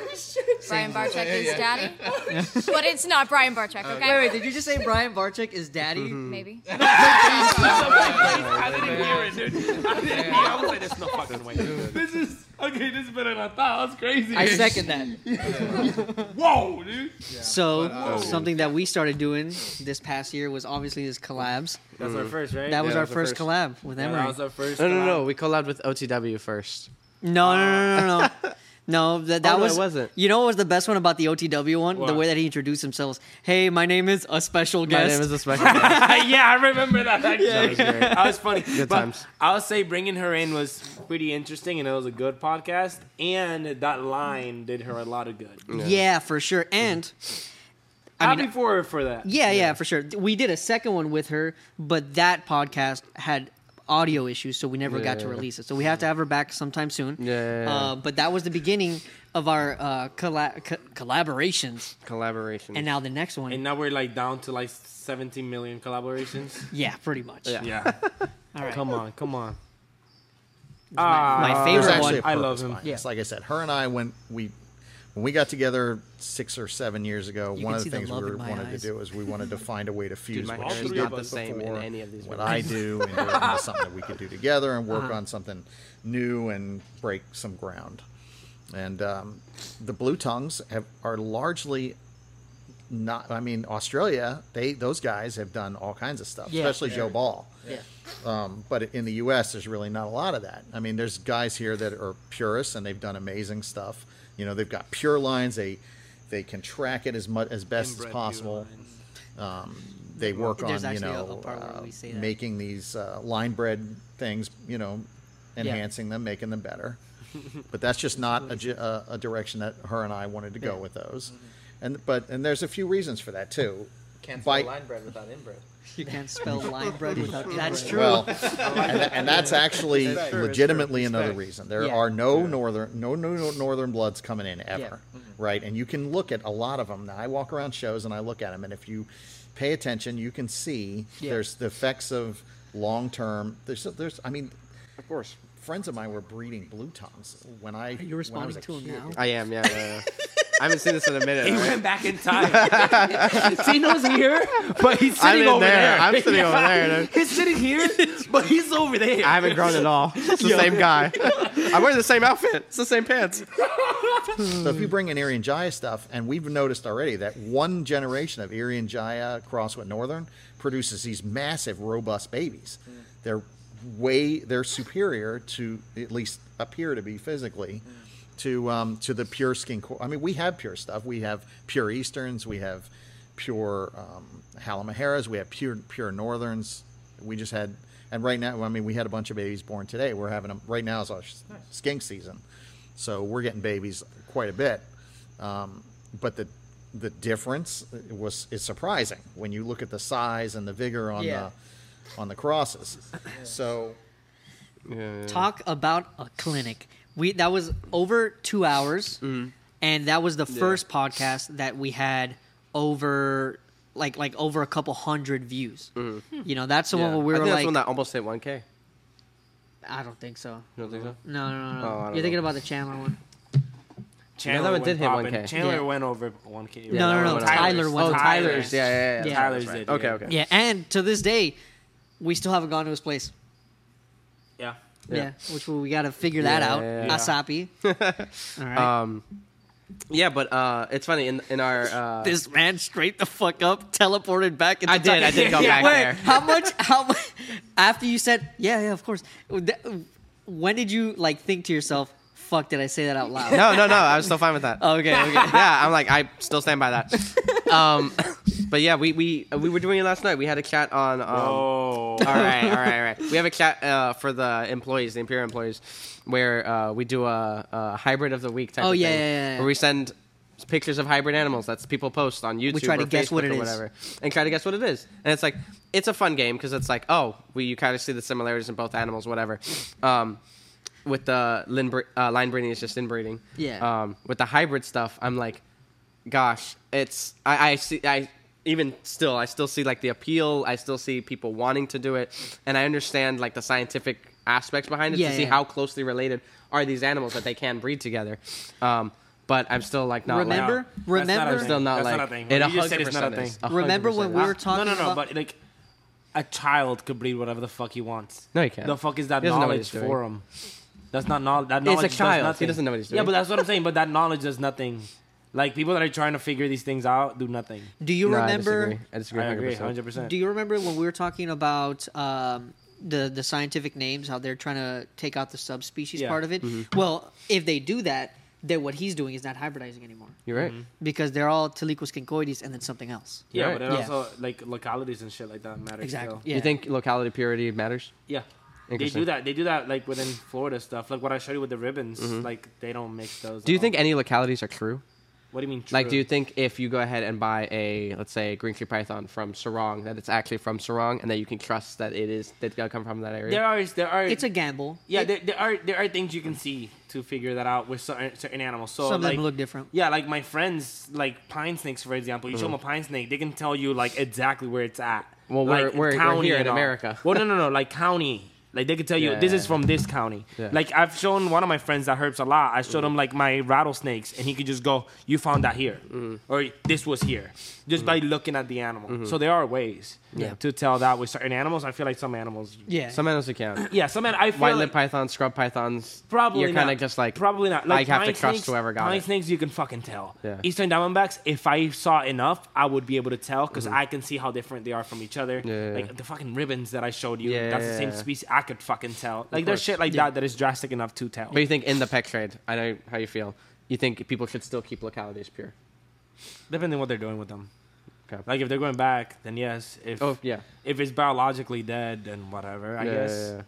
Speaker 10: Brian Barchek
Speaker 11: Yeah,
Speaker 10: is
Speaker 11: yeah.
Speaker 10: daddy, but it's not Brian Barchek. Okay,
Speaker 2: Wait, wait. Did you just say Brian Barczyk is daddy?
Speaker 1: Mm-hmm.
Speaker 10: maybe.
Speaker 3: I didn't hear it, dude. I didn't hear. I was like, "There's no fucking way." This is okay. This is better than I thought. That's crazy.
Speaker 2: I second that.
Speaker 3: Whoa, dude.
Speaker 2: So
Speaker 1: uh,
Speaker 2: something that we started doing this past year was obviously this collabs.
Speaker 3: That's our first, right?
Speaker 2: That was
Speaker 1: that
Speaker 2: our
Speaker 1: was the
Speaker 2: first,
Speaker 1: first.
Speaker 2: collab with
Speaker 3: Yeah,
Speaker 2: Emery.
Speaker 3: that was our first.
Speaker 1: no, no,
Speaker 3: collab.
Speaker 1: no. We collabed with OTW first.
Speaker 2: No, no, no, no,
Speaker 1: [LAUGHS]
Speaker 2: no. No, that, that
Speaker 1: Oh, no, it
Speaker 2: was
Speaker 1: wasn't.
Speaker 2: You know what was the best one about the OTW one? The
Speaker 3: What?
Speaker 2: way that he introduced himself. Hey, my name is a special
Speaker 1: My
Speaker 2: guest.
Speaker 1: name is
Speaker 3: [LAUGHS]
Speaker 1: a special. guest.
Speaker 3: yeah, I remember that. Actually.
Speaker 1: That was great.
Speaker 3: That was funny.
Speaker 1: Good
Speaker 3: But
Speaker 1: times.
Speaker 3: I'll say bringing her in was pretty interesting, and it was a good podcast. And that line did her a lot of good.
Speaker 2: yeah. for sure. And I
Speaker 3: Happy
Speaker 2: mean,
Speaker 3: for her for that.
Speaker 2: yeah, yeah, for sure. We did a second one with her, but that podcast had audio issues, so we never got to release it. So we have to have her back sometime soon.
Speaker 1: Yeah, yeah, yeah.
Speaker 2: Uh, but that was the beginning of our uh, colla- co- collaborations,
Speaker 1: collaboration.
Speaker 2: and now the next one.
Speaker 4: And now we're like down to like 17 million collaborations.
Speaker 2: yeah, pretty much.
Speaker 1: Yeah.
Speaker 4: Yeah.
Speaker 2: [LAUGHS] All right.
Speaker 4: Come on, come on.
Speaker 2: My favorite
Speaker 12: There's actually
Speaker 2: one.
Speaker 12: a
Speaker 4: I love
Speaker 12: purpose
Speaker 4: him.
Speaker 12: behind this. Like I said, her and I when we when we got together six or seven years ago,
Speaker 2: You
Speaker 12: one
Speaker 2: can
Speaker 12: of
Speaker 2: see
Speaker 12: the
Speaker 2: the
Speaker 12: things we
Speaker 2: love in
Speaker 12: were,
Speaker 2: my
Speaker 12: wanted
Speaker 2: eyes.
Speaker 12: to do is we wanted to find a way to fuse
Speaker 1: my
Speaker 12: what
Speaker 1: hair
Speaker 12: she
Speaker 1: is
Speaker 12: did
Speaker 1: not the same in
Speaker 12: before,
Speaker 1: any of these
Speaker 12: what
Speaker 1: movies.
Speaker 12: I do, and do it into something that we could do together and work on something new and break some ground. And um, the blue tongues have, are largely not. I mean, Australia, they those guys have done all kinds of stuff,
Speaker 2: Yeah.
Speaker 12: especially Joe Ball.
Speaker 2: Yeah.
Speaker 12: Um, but in the U.S., there's really not a lot of that. I mean, there's guys here that are purists and they've done amazing stuff. You know, they've got pure lines. They they can track it as much as best as possible. Um, they work
Speaker 2: There's
Speaker 12: on you
Speaker 2: actually a-
Speaker 12: know
Speaker 2: a part where
Speaker 12: uh,
Speaker 2: we say that.
Speaker 12: making these uh, line bread things. You know, enhancing them, making them better. but that's just not a, ge- a, a direction that her and I wanted to go with those. And but and there's a few reasons for that too.
Speaker 13: Can't
Speaker 12: By-
Speaker 13: spell line bread without inbread.
Speaker 2: You can't spell line bread without. That's true.
Speaker 12: Well,
Speaker 13: [LAUGHS]
Speaker 12: and, tha- and that's actually
Speaker 13: That's true,
Speaker 12: legitimately
Speaker 13: it's true.
Speaker 12: another
Speaker 13: Respect.
Speaker 12: reason. There
Speaker 2: Yeah.
Speaker 12: are no northern, no, no, no northern bloods coming in ever,
Speaker 2: Yeah. Mm-hmm.
Speaker 12: right? And you can look at a lot of them. Now, I walk around shows and I look at them, and if you pay attention, you can see
Speaker 2: Yeah.
Speaker 12: there's the effects of long term. There's, there's, I mean,
Speaker 1: of course.
Speaker 12: friends of mine were breeding blue tongues when I.
Speaker 2: Are you responding to him now?
Speaker 1: I am. Yeah. yeah,
Speaker 4: [LAUGHS]
Speaker 1: yeah. I haven't seen this in a minute.
Speaker 4: He
Speaker 1: all right?
Speaker 4: went back
Speaker 8: [LAUGHS]
Speaker 4: in time. Tino's here, but he's
Speaker 1: I'm
Speaker 4: sitting
Speaker 1: in
Speaker 4: over
Speaker 1: there.
Speaker 4: there.
Speaker 1: I'm sitting over
Speaker 4: [LAUGHS]
Speaker 1: there. dude.
Speaker 4: He's sitting
Speaker 1: [LAUGHS]
Speaker 4: here, but he's over there.
Speaker 1: I haven't grown at all. It's the
Speaker 4: [LAUGHS]
Speaker 1: same guy. I'm wearing the same outfit. It's the same pants.
Speaker 12: So if you bring in Erie and Jaya stuff, and we've noticed already that one generation of Erie and Jaya Crosswind Northern produces these massive, robust babies. They're way they're superior to at least appear to be physically to um, to the pure skin. Co- I mean, we have pure stuff. We have pure Easterns. We have pure um, Halamaharas. We have pure pure Northerns. We just had. And right now, I mean, we had a bunch of babies born today. We're having them right now. Is our s- skink season, so we're getting babies quite a bit. Um, but the the difference was is surprising when you look at the size and the vigor on
Speaker 2: Yeah.
Speaker 12: the on the crosses. So
Speaker 2: Talk about a clinic. We that was over two hours,
Speaker 1: Mm-hmm.
Speaker 2: and that was the first podcast that we had over like like over a couple hundred views. You know, that's the one where we
Speaker 1: Mm-hmm. I
Speaker 2: were
Speaker 1: think that's
Speaker 2: like,
Speaker 1: one that almost hit 1K. You
Speaker 2: I don't think so.
Speaker 1: don't think so?
Speaker 2: No, no, no. no.
Speaker 1: Oh, I don't
Speaker 2: You're thinking
Speaker 1: know.
Speaker 2: about the Chandler one.
Speaker 4: Chandler
Speaker 1: No, it
Speaker 4: went
Speaker 1: did hit
Speaker 4: poppin'.
Speaker 1: 1K.
Speaker 4: Chandler
Speaker 2: Yeah.
Speaker 4: went over 1K.
Speaker 2: no, no,
Speaker 1: that
Speaker 2: no.
Speaker 1: one.
Speaker 2: Tyler went.
Speaker 1: Oh,
Speaker 2: to
Speaker 1: Tyler's. Yeah, yeah, yeah.
Speaker 2: Yeah.
Speaker 4: Tyler's
Speaker 1: That's
Speaker 4: did,
Speaker 1: right. Okay,
Speaker 4: yeah.
Speaker 1: okay.
Speaker 2: Yeah, and to this day, we still haven't gone to his place.
Speaker 4: Yeah.
Speaker 2: Yeah, which we, we got to figure that
Speaker 1: Yeah,
Speaker 2: out.
Speaker 1: yeah, yeah.
Speaker 2: Asapi. All right.
Speaker 1: Um, yeah, but uh, it's funny in in our uh,
Speaker 4: [LAUGHS]
Speaker 2: this man straight the fuck up, teleported back. Into
Speaker 1: I did, I did go back
Speaker 2: [LAUGHS] Wait,
Speaker 1: there.
Speaker 2: How much? How mu- after you said, yeah, yeah, of course. th- When did you like think to yourself, fuck, did I say that out loud?
Speaker 1: no, no, no. I was still fine with that.
Speaker 2: [LAUGHS] Okay, okay.
Speaker 1: [LAUGHS] yeah, I'm like I still stand by that. Um, [LAUGHS] but yeah, we we uh, we were doing it last night. We had a chat on. Um,
Speaker 4: Oh.
Speaker 1: all right, all right, all right. We have a chat uh, for the employees, the Imperial employees, where uh, we do a, a hybrid of the week type
Speaker 2: Oh,
Speaker 1: of
Speaker 2: yeah,
Speaker 1: thing,
Speaker 2: yeah, yeah, yeah.
Speaker 1: where we send pictures of hybrid animals that's people post on YouTube
Speaker 2: try to
Speaker 1: or
Speaker 2: guess
Speaker 1: Facebook
Speaker 2: what it
Speaker 1: or
Speaker 2: is.
Speaker 1: whatever, and try to guess what it is. And it's like it's a fun game because it's like oh, we you kind of see the similarities in both animals, whatever. Um, with the lin bre- uh, line breeding, it's just inbreeding.
Speaker 2: Yeah.
Speaker 1: Um, with the hybrid stuff, I'm like, gosh, it's I, I see I even still I still see like the appeal. I still see people wanting to do it, and I understand like the scientific aspects behind it
Speaker 2: Yeah,
Speaker 1: to see
Speaker 2: yeah.
Speaker 1: how closely related are these animals that they can breed together. Um, but I'm still like not
Speaker 2: Remember-
Speaker 1: like,
Speaker 2: remember-
Speaker 1: I'm still
Speaker 4: that's
Speaker 1: not like
Speaker 4: not a thing.
Speaker 1: it
Speaker 4: you just said it's not a
Speaker 1: 100%
Speaker 4: thing.
Speaker 1: is. 100%
Speaker 2: Remember when we
Speaker 1: is.
Speaker 2: were talking?
Speaker 4: no, no, no.
Speaker 2: about-
Speaker 4: But like, a child could breed whatever the fuck he wants.
Speaker 1: No, he can't.
Speaker 4: The fuck is that
Speaker 1: He doesn't know what
Speaker 4: knowledge
Speaker 1: he's doing.
Speaker 4: for him? That's not knowledge. That
Speaker 1: a
Speaker 4: knowledge
Speaker 1: child. He
Speaker 4: Does nothing.
Speaker 1: doesn't know what he's
Speaker 4: Yeah,
Speaker 1: doing.
Speaker 4: but that's what I'm saying. But that knowledge does nothing. Like people that are trying to figure these things out do nothing.
Speaker 2: do you
Speaker 1: No,
Speaker 2: remember?
Speaker 1: I disagree.
Speaker 4: I
Speaker 1: I
Speaker 4: agree,
Speaker 1: disagree 100%.
Speaker 4: 100. percent
Speaker 2: Do you remember when we were talking about um, the the scientific names, how they're trying to take out the subspecies
Speaker 4: Yeah.
Speaker 2: part of it?
Speaker 1: Mm-hmm.
Speaker 2: Well, if they do that, then what he's doing is not hybridizing anymore
Speaker 1: You're right.
Speaker 2: because they're all Telequiscincoides and then something else.
Speaker 4: Yeah,
Speaker 1: Right.
Speaker 4: but it
Speaker 2: Yeah.
Speaker 4: also like localities and shit like that matter.
Speaker 2: Exactly.
Speaker 4: still.
Speaker 2: Yeah.
Speaker 1: You think locality purity matters?
Speaker 4: Yeah. They
Speaker 1: Interesting.
Speaker 4: do that. They do that like within Florida stuff. Like what I showed you with the ribbons. Like they don't mix those.
Speaker 1: Mm-hmm. Do you
Speaker 4: at all.
Speaker 1: think any localities are true?
Speaker 14: What do you mean? True?
Speaker 1: Like, do you think if you go ahead and buy a, let's say, green tree python from Sarong, that it's actually from Sarong, and that you can trust that it is that it's gonna come from that area?
Speaker 3: There are there are
Speaker 2: It's a gamble.
Speaker 3: yeah there, there are there are things you can see to figure that out with certain, certain animals. So
Speaker 2: Some of
Speaker 3: like,
Speaker 2: them look different.
Speaker 3: Yeah, like my friends, like pine snakes, for example. You show them a pine snake, they can tell you like exactly where it's at.
Speaker 1: Mm. Well,
Speaker 3: like,
Speaker 1: we're-
Speaker 3: in
Speaker 1: we're- we're here
Speaker 3: and
Speaker 1: in
Speaker 3: all.
Speaker 1: America.
Speaker 3: [LAUGHS] well, no, no, no, like county. Like they could tell you
Speaker 1: Yeah,
Speaker 3: this
Speaker 1: yeah,
Speaker 3: is from this county.
Speaker 1: Yeah.
Speaker 3: Like I've shown one of my friends that herps a lot. I showed him like my rattlesnakes, and he could just go, "You found that here,"
Speaker 1: Mm.
Speaker 3: or "This was here," just by looking at the animal.
Speaker 1: Mm-hmm.
Speaker 3: So there are ways
Speaker 2: Yeah.
Speaker 3: to tell that with certain animals. I feel like some animals,
Speaker 2: Yeah.
Speaker 1: Some animals you can't.
Speaker 3: yeah, some an- I [COUGHS] feel
Speaker 1: White
Speaker 3: like,
Speaker 1: lip pythons, scrub pythons.
Speaker 3: Probably
Speaker 1: you're
Speaker 3: kind
Speaker 1: kind of just like
Speaker 3: probably not.
Speaker 1: I have
Speaker 3: pine
Speaker 1: to trust
Speaker 3: snakes-
Speaker 1: whoever got
Speaker 3: pine
Speaker 1: it.
Speaker 3: snakes. You can fucking tell.
Speaker 1: Yeah.
Speaker 3: Eastern Diamondbacks. If I saw enough, I would be able to tell because I can see how different they are from each other.
Speaker 1: Mm-hmm. Yeah.
Speaker 3: Like the fucking ribbons that I showed you.
Speaker 1: Yeah,
Speaker 3: that's the same
Speaker 1: yeah.
Speaker 3: species. I could fucking tell. Like there's
Speaker 1: course.
Speaker 3: shit like that that is drastic enough to tell.
Speaker 1: But you think in the pet trade, I know how you feel. You think people should still keep localities pure?
Speaker 3: Depending on what they're doing with them.
Speaker 1: Okay.
Speaker 3: Like if they're going back, then yes. If
Speaker 1: Oh yeah,
Speaker 3: if it's biologically dead, then whatever. I
Speaker 1: Yeah,
Speaker 3: guess.
Speaker 1: yeah, yeah.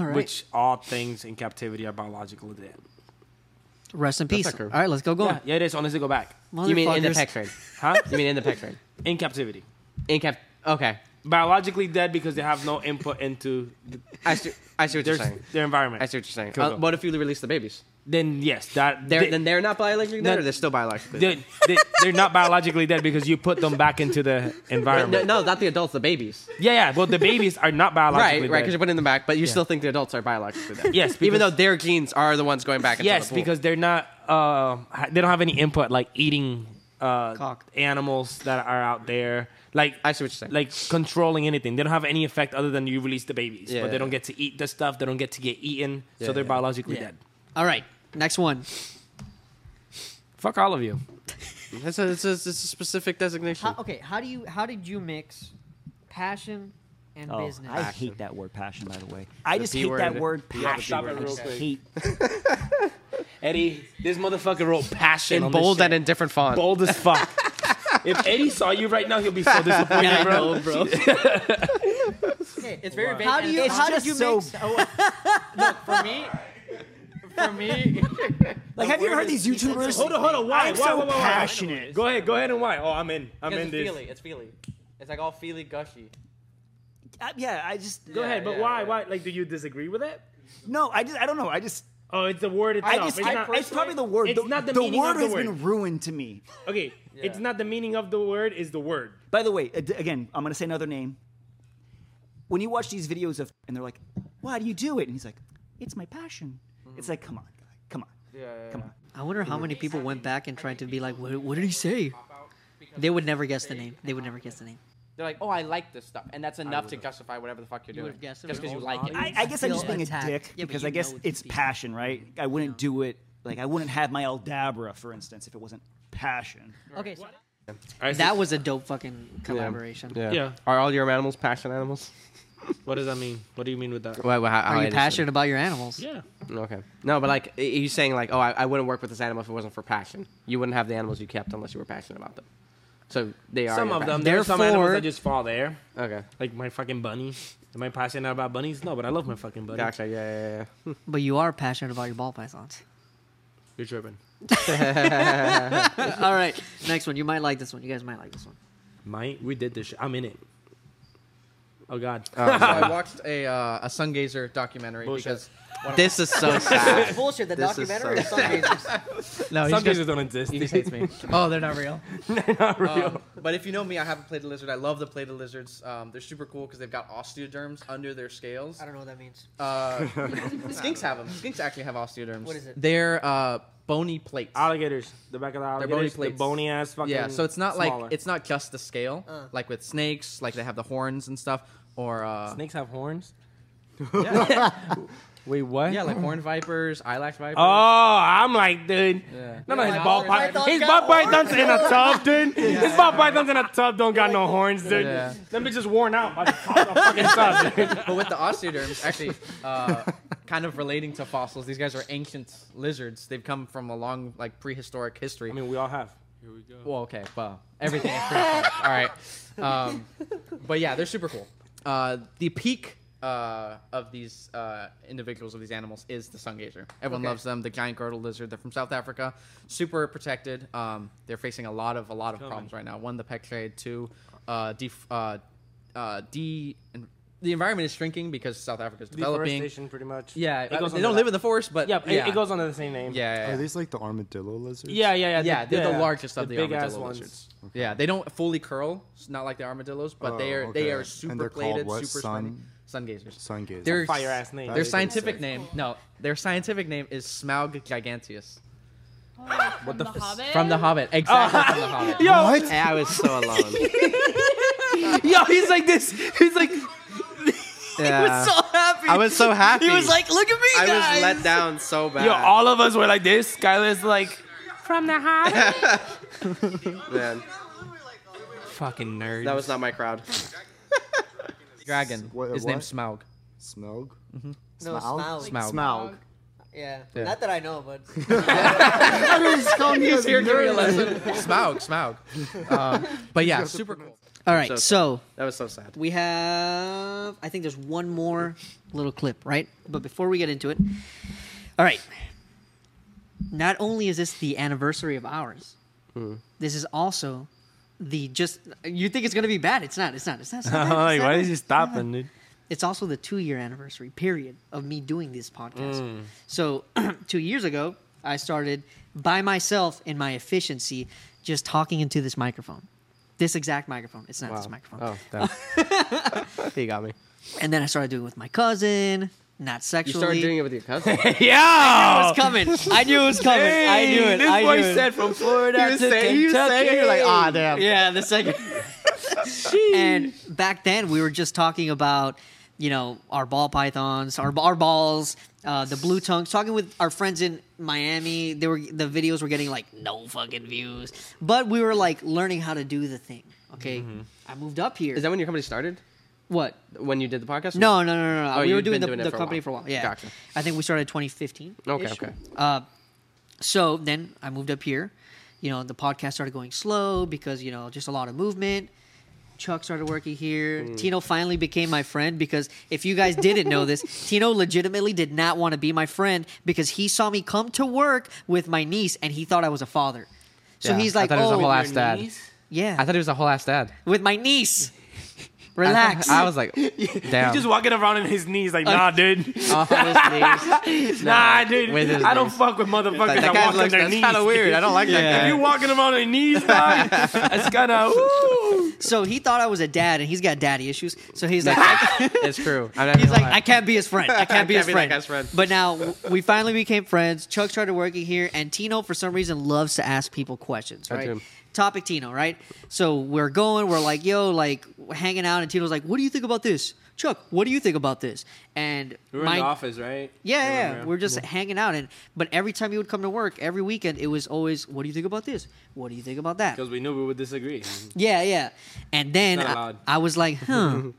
Speaker 2: All right.
Speaker 3: Which all things in captivity are biologically dead.
Speaker 2: Rest in peace.
Speaker 1: like
Speaker 2: All
Speaker 1: her.
Speaker 2: right, let's go go.
Speaker 3: Yeah, yeah, it is. Unless they go back,
Speaker 2: on.
Speaker 1: You mean in the
Speaker 2: Motherfuckers.
Speaker 1: pet trade?
Speaker 3: huh?
Speaker 1: You mean in the
Speaker 3: [LAUGHS]
Speaker 1: pet trade?
Speaker 3: in captivity.
Speaker 1: In cap? Okay,
Speaker 3: biologically dead because they have no input into th-
Speaker 1: I see. I see what
Speaker 3: their,
Speaker 1: you're saying.
Speaker 3: their environment.
Speaker 1: I see what you're saying.
Speaker 3: Cool,
Speaker 1: Uh,
Speaker 3: cool.
Speaker 1: what if you release the babies?
Speaker 3: Then yes, that
Speaker 1: They're,
Speaker 3: they,
Speaker 1: then they're not biologically dead,
Speaker 3: No.
Speaker 1: or they're still biologically dead.
Speaker 3: they, they, they're not biologically dead because you put them back into the environment.
Speaker 1: No, no, not the adults, the babies.
Speaker 3: Yeah, yeah. Well, the babies are not
Speaker 1: Right,
Speaker 3: biologically
Speaker 1: right, because
Speaker 3: dead.
Speaker 1: you're putting them back, but you still think the adults are biologically [LAUGHS] dead.
Speaker 3: Yes,
Speaker 1: even though
Speaker 3: because-
Speaker 1: their genes are the ones going back. Into
Speaker 3: yes,
Speaker 1: the pool.
Speaker 3: because they're not. Uh, ha- they don't have any input like eating uh,
Speaker 2: Cock.
Speaker 3: animals that are out there. Like
Speaker 1: I see what you're saying.
Speaker 3: Like controlling anything, they don't have any effect other than you release the babies,
Speaker 1: Yeah,
Speaker 3: but they
Speaker 1: yeah.
Speaker 3: don't get to eat the stuff. They don't get to get eaten,
Speaker 1: Yeah,
Speaker 3: so they're
Speaker 1: yeah.
Speaker 3: biologically
Speaker 2: Yeah.
Speaker 3: dead.
Speaker 2: All right, next one.
Speaker 3: Fuck all of you.
Speaker 1: it's a, it's a, it's a specific designation.
Speaker 2: How, okay, how do you how did you mix passion and
Speaker 13: Oh,
Speaker 2: business?
Speaker 13: I hate that word passion, by the way. I just
Speaker 1: P
Speaker 13: hate that
Speaker 1: word.
Speaker 13: word
Speaker 1: Yeah, the P
Speaker 13: passion.
Speaker 1: word.
Speaker 13: I just hate
Speaker 3: Eddie, this motherfucker wrote passion
Speaker 1: in
Speaker 3: on
Speaker 1: bold
Speaker 3: this
Speaker 1: and in different font.
Speaker 3: bold as fuck. [LAUGHS] if Eddie saw you right now, he'll be so disappointed, bro. [LAUGHS]
Speaker 2: It's very vague. How do you
Speaker 13: It's
Speaker 2: how did
Speaker 13: just
Speaker 2: you
Speaker 13: so-
Speaker 2: mix? Oh, look, for me, for me,
Speaker 1: [LAUGHS]
Speaker 13: Like, have you ever heard these YouTubers? Hold on, hold on. Why? I'm so passionate.
Speaker 3: Go ahead, go ahead and why? Oh, I'm in. I'm in this.
Speaker 1: It's feely. It's like all feely gushy.
Speaker 13: I- Uh, yeah, I just
Speaker 3: Go ahead, but
Speaker 1: yeah,
Speaker 3: why?
Speaker 1: yeah.
Speaker 3: Why? Like, do you disagree with it?
Speaker 13: no. I just I don't know. I just
Speaker 3: Oh, it's the word itself.
Speaker 13: I just
Speaker 3: it's,
Speaker 13: I-
Speaker 3: not,
Speaker 13: it's probably the word.
Speaker 3: It's
Speaker 13: the,
Speaker 3: not the,
Speaker 13: the
Speaker 3: meaning
Speaker 13: word
Speaker 3: of the
Speaker 13: has
Speaker 3: word.
Speaker 13: been ruined to me.
Speaker 3: Okay, it's not the meaning of the word. Is the word?
Speaker 13: By the way, ad- again, I'm gonna say another name. When you watch these videos of and they're like, "Why do you do it?" and he's like, "It's my passion." It's like, come on, come on, come on.
Speaker 2: I wonder how many people went back and tried to be like, what, what did he say? They would never guess the name. They would never guess the name.
Speaker 1: They're like, oh, I like this stuff, and that's enough to justify whatever the fuck you're doing.
Speaker 2: would've guessed it
Speaker 1: just
Speaker 2: was
Speaker 1: because you
Speaker 2: all
Speaker 1: like it.
Speaker 13: I, I guess I'm
Speaker 2: feel
Speaker 13: just being
Speaker 2: attacked.
Speaker 13: a dick
Speaker 2: Yeah, but
Speaker 13: because
Speaker 2: you
Speaker 13: I guess
Speaker 2: know it's
Speaker 13: it's
Speaker 2: being-
Speaker 13: passion, right? I wouldn't do it. Like I wouldn't have my Aldabra, for instance, if it wasn't passion.
Speaker 2: Okay, so that was a dope fucking collaboration.
Speaker 1: Yeah.
Speaker 3: Yeah.
Speaker 1: Are all your animals passion animals?
Speaker 3: What does that mean? What do you mean with that?
Speaker 1: Well, well, how, how
Speaker 2: Are
Speaker 1: I
Speaker 2: you
Speaker 1: understand.
Speaker 2: passionate about your animals?
Speaker 3: Yeah.
Speaker 1: Okay. No, but like, you're saying like, oh, I, I wouldn't work with this animal if it wasn't for passion. You wouldn't have the animals you kept unless you were passionate about them. So they are
Speaker 3: Some
Speaker 1: your
Speaker 3: of
Speaker 1: pa-
Speaker 3: them. There are some animals
Speaker 2: Therefore-
Speaker 3: that just fall there.
Speaker 1: Okay.
Speaker 3: Like my fucking bunny. Am I passionate about bunnies? No, but I love my fucking bunny.
Speaker 1: Gotcha. Yeah, yeah,
Speaker 12: [LAUGHS]
Speaker 1: yeah.
Speaker 2: But you are passionate about your ball pythons. [LAUGHS]
Speaker 3: You're tripping.
Speaker 2: All right, next one. You might like this one. You guys might like this one.
Speaker 3: Mike, we did this. Shit. I'm in it. Oh God.
Speaker 12: so I watched a uh, a Sungazer documentary
Speaker 3: Bullshit.
Speaker 1: yeah. This is
Speaker 12: [LAUGHS]
Speaker 1: so sad.
Speaker 2: Bullshit. The
Speaker 1: This is documentary so is
Speaker 12: because no,
Speaker 3: Some
Speaker 12: he's just,
Speaker 3: cases don't exist.
Speaker 12: he just hates me. Oh, they're
Speaker 1: [LAUGHS]
Speaker 12: not real. Um, but if you know me, I haven't played a lizard. I love the play the lizards. Um, they're super cool because they've got osteoderms under their scales.
Speaker 2: I don't know what that means.
Speaker 12: Uh, skinks have them. Skinks actually have osteoderms.
Speaker 2: What is it?
Speaker 12: They're uh, bony plates.
Speaker 3: [LAUGHS] alligators. The back of the
Speaker 12: They're bony
Speaker 3: alligators. The
Speaker 12: plates.
Speaker 3: bony ass fucking.
Speaker 12: Yeah, so it's not
Speaker 3: smaller.
Speaker 12: like it's not just the scale,
Speaker 2: Uh.
Speaker 12: like with snakes, like they have the horns and stuff, or uh,
Speaker 3: Snakes have horns.
Speaker 12: Yeah,
Speaker 3: Wait, what?
Speaker 12: yeah, like horn vipers, eyelash vipers.
Speaker 3: Oh, I'm like, dude.
Speaker 12: Yeah.
Speaker 3: No, no,
Speaker 12: Yeah,
Speaker 3: his
Speaker 12: like
Speaker 3: ball
Speaker 12: horns.
Speaker 3: python.
Speaker 2: Pythons
Speaker 3: His ball
Speaker 2: got
Speaker 3: python's in [LAUGHS] a tub, dude. His ball python's in a tub. Don't got no horns, dude.
Speaker 12: Yeah.
Speaker 3: Them bitches worn out by the [LAUGHS] top of the fucking tub. Dude.
Speaker 12: but with the osteoderms, actually,
Speaker 3: [LAUGHS]
Speaker 12: uh, kind of relating to fossils. These guys are ancient lizards. They've come from a long, like, prehistoric history.
Speaker 3: I mean, we all have.
Speaker 12: well, okay, well,
Speaker 3: [LAUGHS]
Speaker 12: everything. is prehistoric. All right, um, but yeah, they're super cool. Uh, the peak uh, of these uh, individuals of these animals is the sun gazer. Everyone
Speaker 2: Okay.
Speaker 12: loves them. The giant girdle lizard. They're from South Africa, super protected. Um, they're facing a lot of a lot of
Speaker 2: Coming.
Speaker 12: problems right now. One, the pet trade. Two, uh, def- uh, uh, de- en- the environment is shrinking because South Africa is developing.
Speaker 3: Deforestation, pretty much.
Speaker 12: Yeah,
Speaker 3: It
Speaker 12: I-
Speaker 3: goes
Speaker 12: they
Speaker 3: under
Speaker 12: don't
Speaker 3: that.
Speaker 12: live in the forest, but
Speaker 3: Yeah, it- it goes under the same name.
Speaker 12: Yeah, yeah,
Speaker 9: Are
Speaker 12: yeah.
Speaker 9: these like the armadillo lizards?
Speaker 12: Yeah, yeah, yeah.
Speaker 3: Yeah,
Speaker 12: they're
Speaker 3: yeah.
Speaker 12: the largest of
Speaker 3: The
Speaker 12: the,
Speaker 3: big-ass
Speaker 12: armadillo
Speaker 3: ones.
Speaker 12: lizards. Yeah, they don't fully curl. It's not like the armadillos, but
Speaker 9: Oh,
Speaker 12: they are they
Speaker 9: okay.
Speaker 12: are
Speaker 9: And
Speaker 12: super
Speaker 9: they're called
Speaker 12: plated,
Speaker 9: what?
Speaker 12: super
Speaker 9: Sun-
Speaker 12: spiny. Sun gazers.
Speaker 9: Sun gazers.
Speaker 12: Their
Speaker 9: Fire ass name. That
Speaker 12: Their
Speaker 9: is pretty
Speaker 12: scientific
Speaker 9: sick.
Speaker 12: name. No, their scientific name is Smaug giganteus.
Speaker 10: What the Hobbit?
Speaker 12: From the Hobbit, exactly.
Speaker 10: Oh.
Speaker 12: from the Hobbit.
Speaker 10: Yo. What?
Speaker 12: And I
Speaker 1: [LAUGHS]
Speaker 12: was so alone.
Speaker 3: [LAUGHS]
Speaker 2: Yo, he's like this. He's like.
Speaker 1: Yeah.
Speaker 2: He was so happy.
Speaker 1: I [LAUGHS] was so happy.
Speaker 2: He was like, "Look at me,
Speaker 1: I
Speaker 2: guys."
Speaker 1: was let down so bad.
Speaker 3: Yo, all of us were like this. Skylar's like,
Speaker 2: from the house.
Speaker 1: man,
Speaker 3: fucking nerd.
Speaker 1: that was not my crowd.
Speaker 12: Dragon.
Speaker 1: What-
Speaker 12: His
Speaker 1: what?
Speaker 12: name's Smaug.
Speaker 9: Smaug.
Speaker 12: Mm-hmm.
Speaker 9: No, Smaug.
Speaker 12: Smaug.
Speaker 9: Smaug.
Speaker 2: Yeah.
Speaker 12: Yeah.
Speaker 2: Not that I know, [LAUGHS] but.
Speaker 9: I was just calling you
Speaker 12: He's
Speaker 9: a
Speaker 12: here giving a
Speaker 9: nerd.
Speaker 12: lesson.
Speaker 3: [LAUGHS]
Speaker 12: Smaug, Smaug. Um, but yeah, super cool.
Speaker 2: All right,
Speaker 12: So-
Speaker 2: so
Speaker 1: that was so [LAUGHS] sad.
Speaker 2: We have, I think there's one more little clip, right? But before we get into it, all right. Not only is this the anniversary of ours,
Speaker 3: Hmm.
Speaker 2: this is also the just. You think it's gonna be bad? It's not. It's not.
Speaker 3: [LAUGHS]
Speaker 2: It's not. It's, not bad.
Speaker 3: like,
Speaker 2: It's
Speaker 3: why
Speaker 2: not
Speaker 3: is he
Speaker 2: bad.
Speaker 3: stopping, dude?
Speaker 2: It's also the two year anniversary period of me doing this podcast.
Speaker 3: Mm.
Speaker 2: So, [CLEARS THROAT] two years ago, I started by myself in my efficiency, just talking into this microphone, this exact microphone. It's not this microphone.
Speaker 1: Oh, damn. [LAUGHS] he got me.
Speaker 2: And then I started doing it with my cousin, not
Speaker 1: You
Speaker 2: sexually.
Speaker 1: started doing it with your cousin.
Speaker 2: I knew
Speaker 1: [LAUGHS]
Speaker 2: it was coming. I knew it was coming. I knew it.
Speaker 1: Dang, [LAUGHS] this
Speaker 2: I
Speaker 1: boy
Speaker 2: knew it.
Speaker 1: said from Florida
Speaker 2: He was
Speaker 1: to
Speaker 2: saying- he was
Speaker 1: Kentucky.
Speaker 2: saying, you're like, ah, damn.
Speaker 1: Yeah,
Speaker 2: the second. [LAUGHS] and back then, we were just talking about, you know, our ball pythons, our, our balls, uh, the blue tongues. Talking with our friends in Miami, they were the videos were getting like no fucking views, but we were like learning how to do the thing. Okay, I moved up here.
Speaker 1: Mm-hmm. Is that when your company started?
Speaker 2: What?
Speaker 1: When you did the podcast?
Speaker 2: No, no, no, no, no.
Speaker 1: Oh,
Speaker 2: we
Speaker 1: you've
Speaker 2: were doing
Speaker 1: been
Speaker 2: the,
Speaker 1: it
Speaker 2: the company for a while. Yeah,
Speaker 1: Gotcha.
Speaker 2: I think we started 2015. -ish.
Speaker 1: Okay, okay.
Speaker 2: Uh, so then I moved up here. You know, the podcast started going slow because you know just a lot of movement. Chuck started working here.
Speaker 15: Mm.
Speaker 2: Tino finally became my friend because if you guys didn't know
Speaker 1: [LAUGHS]
Speaker 2: this, Tino legitimately did not want to be my friend because he saw me come to work with my niece and he thought I was a father. So
Speaker 1: Yeah,
Speaker 2: he's
Speaker 1: I
Speaker 2: like,
Speaker 1: thought he was a
Speaker 2: "Oh,
Speaker 1: whole ass dad.
Speaker 2: Yeah.
Speaker 1: I thought he was a whole ass dad.
Speaker 2: with my niece." Relax.
Speaker 1: I, was like, [LAUGHS] damn.
Speaker 3: He's just walking around on his knees, like,
Speaker 2: Uh,
Speaker 3: nah, dude.
Speaker 1: Off of [LAUGHS] his knees.
Speaker 3: nah,
Speaker 1: No,
Speaker 3: dude.
Speaker 1: with his
Speaker 3: I don't
Speaker 1: knees.
Speaker 3: fuck with motherfuckers that,
Speaker 1: That guy
Speaker 3: walk on
Speaker 1: looks-
Speaker 3: their
Speaker 1: that's
Speaker 3: knees.
Speaker 1: kinda weird. I don't like that
Speaker 3: If
Speaker 1: guy.
Speaker 3: you walking around on your knees, dog, that's kind of. [LAUGHS]
Speaker 2: So he thought I was a dad, and he's got daddy issues. So he's like,
Speaker 1: it's true. I'm
Speaker 2: he's like, I can't be his friend. I can't be
Speaker 1: I
Speaker 2: his
Speaker 1: can't be
Speaker 2: friend.
Speaker 1: that guy's friend.
Speaker 2: But now w- we finally became friends. Chuck started working here, and Tino, for some reason, loves to ask people questions.
Speaker 1: I
Speaker 2: Right?
Speaker 1: do.
Speaker 2: Topic Tino, right? So we're going. We're like, yo, like hanging out, and Tino's like, what do you think about this? Chuck, what do you think about this? And
Speaker 3: We were in
Speaker 2: my-
Speaker 3: the office, right?
Speaker 2: yeah, yeah,
Speaker 3: Yeah.
Speaker 2: we're just hanging out, and but every time he would come to work, every weekend, it was always, "What do you think about this? What do you think about that?"
Speaker 3: Because we knew we would disagree.
Speaker 2: Yeah, yeah. And then
Speaker 3: It's not
Speaker 2: I,
Speaker 3: allowed.
Speaker 2: I was [LAUGHS] like, huh,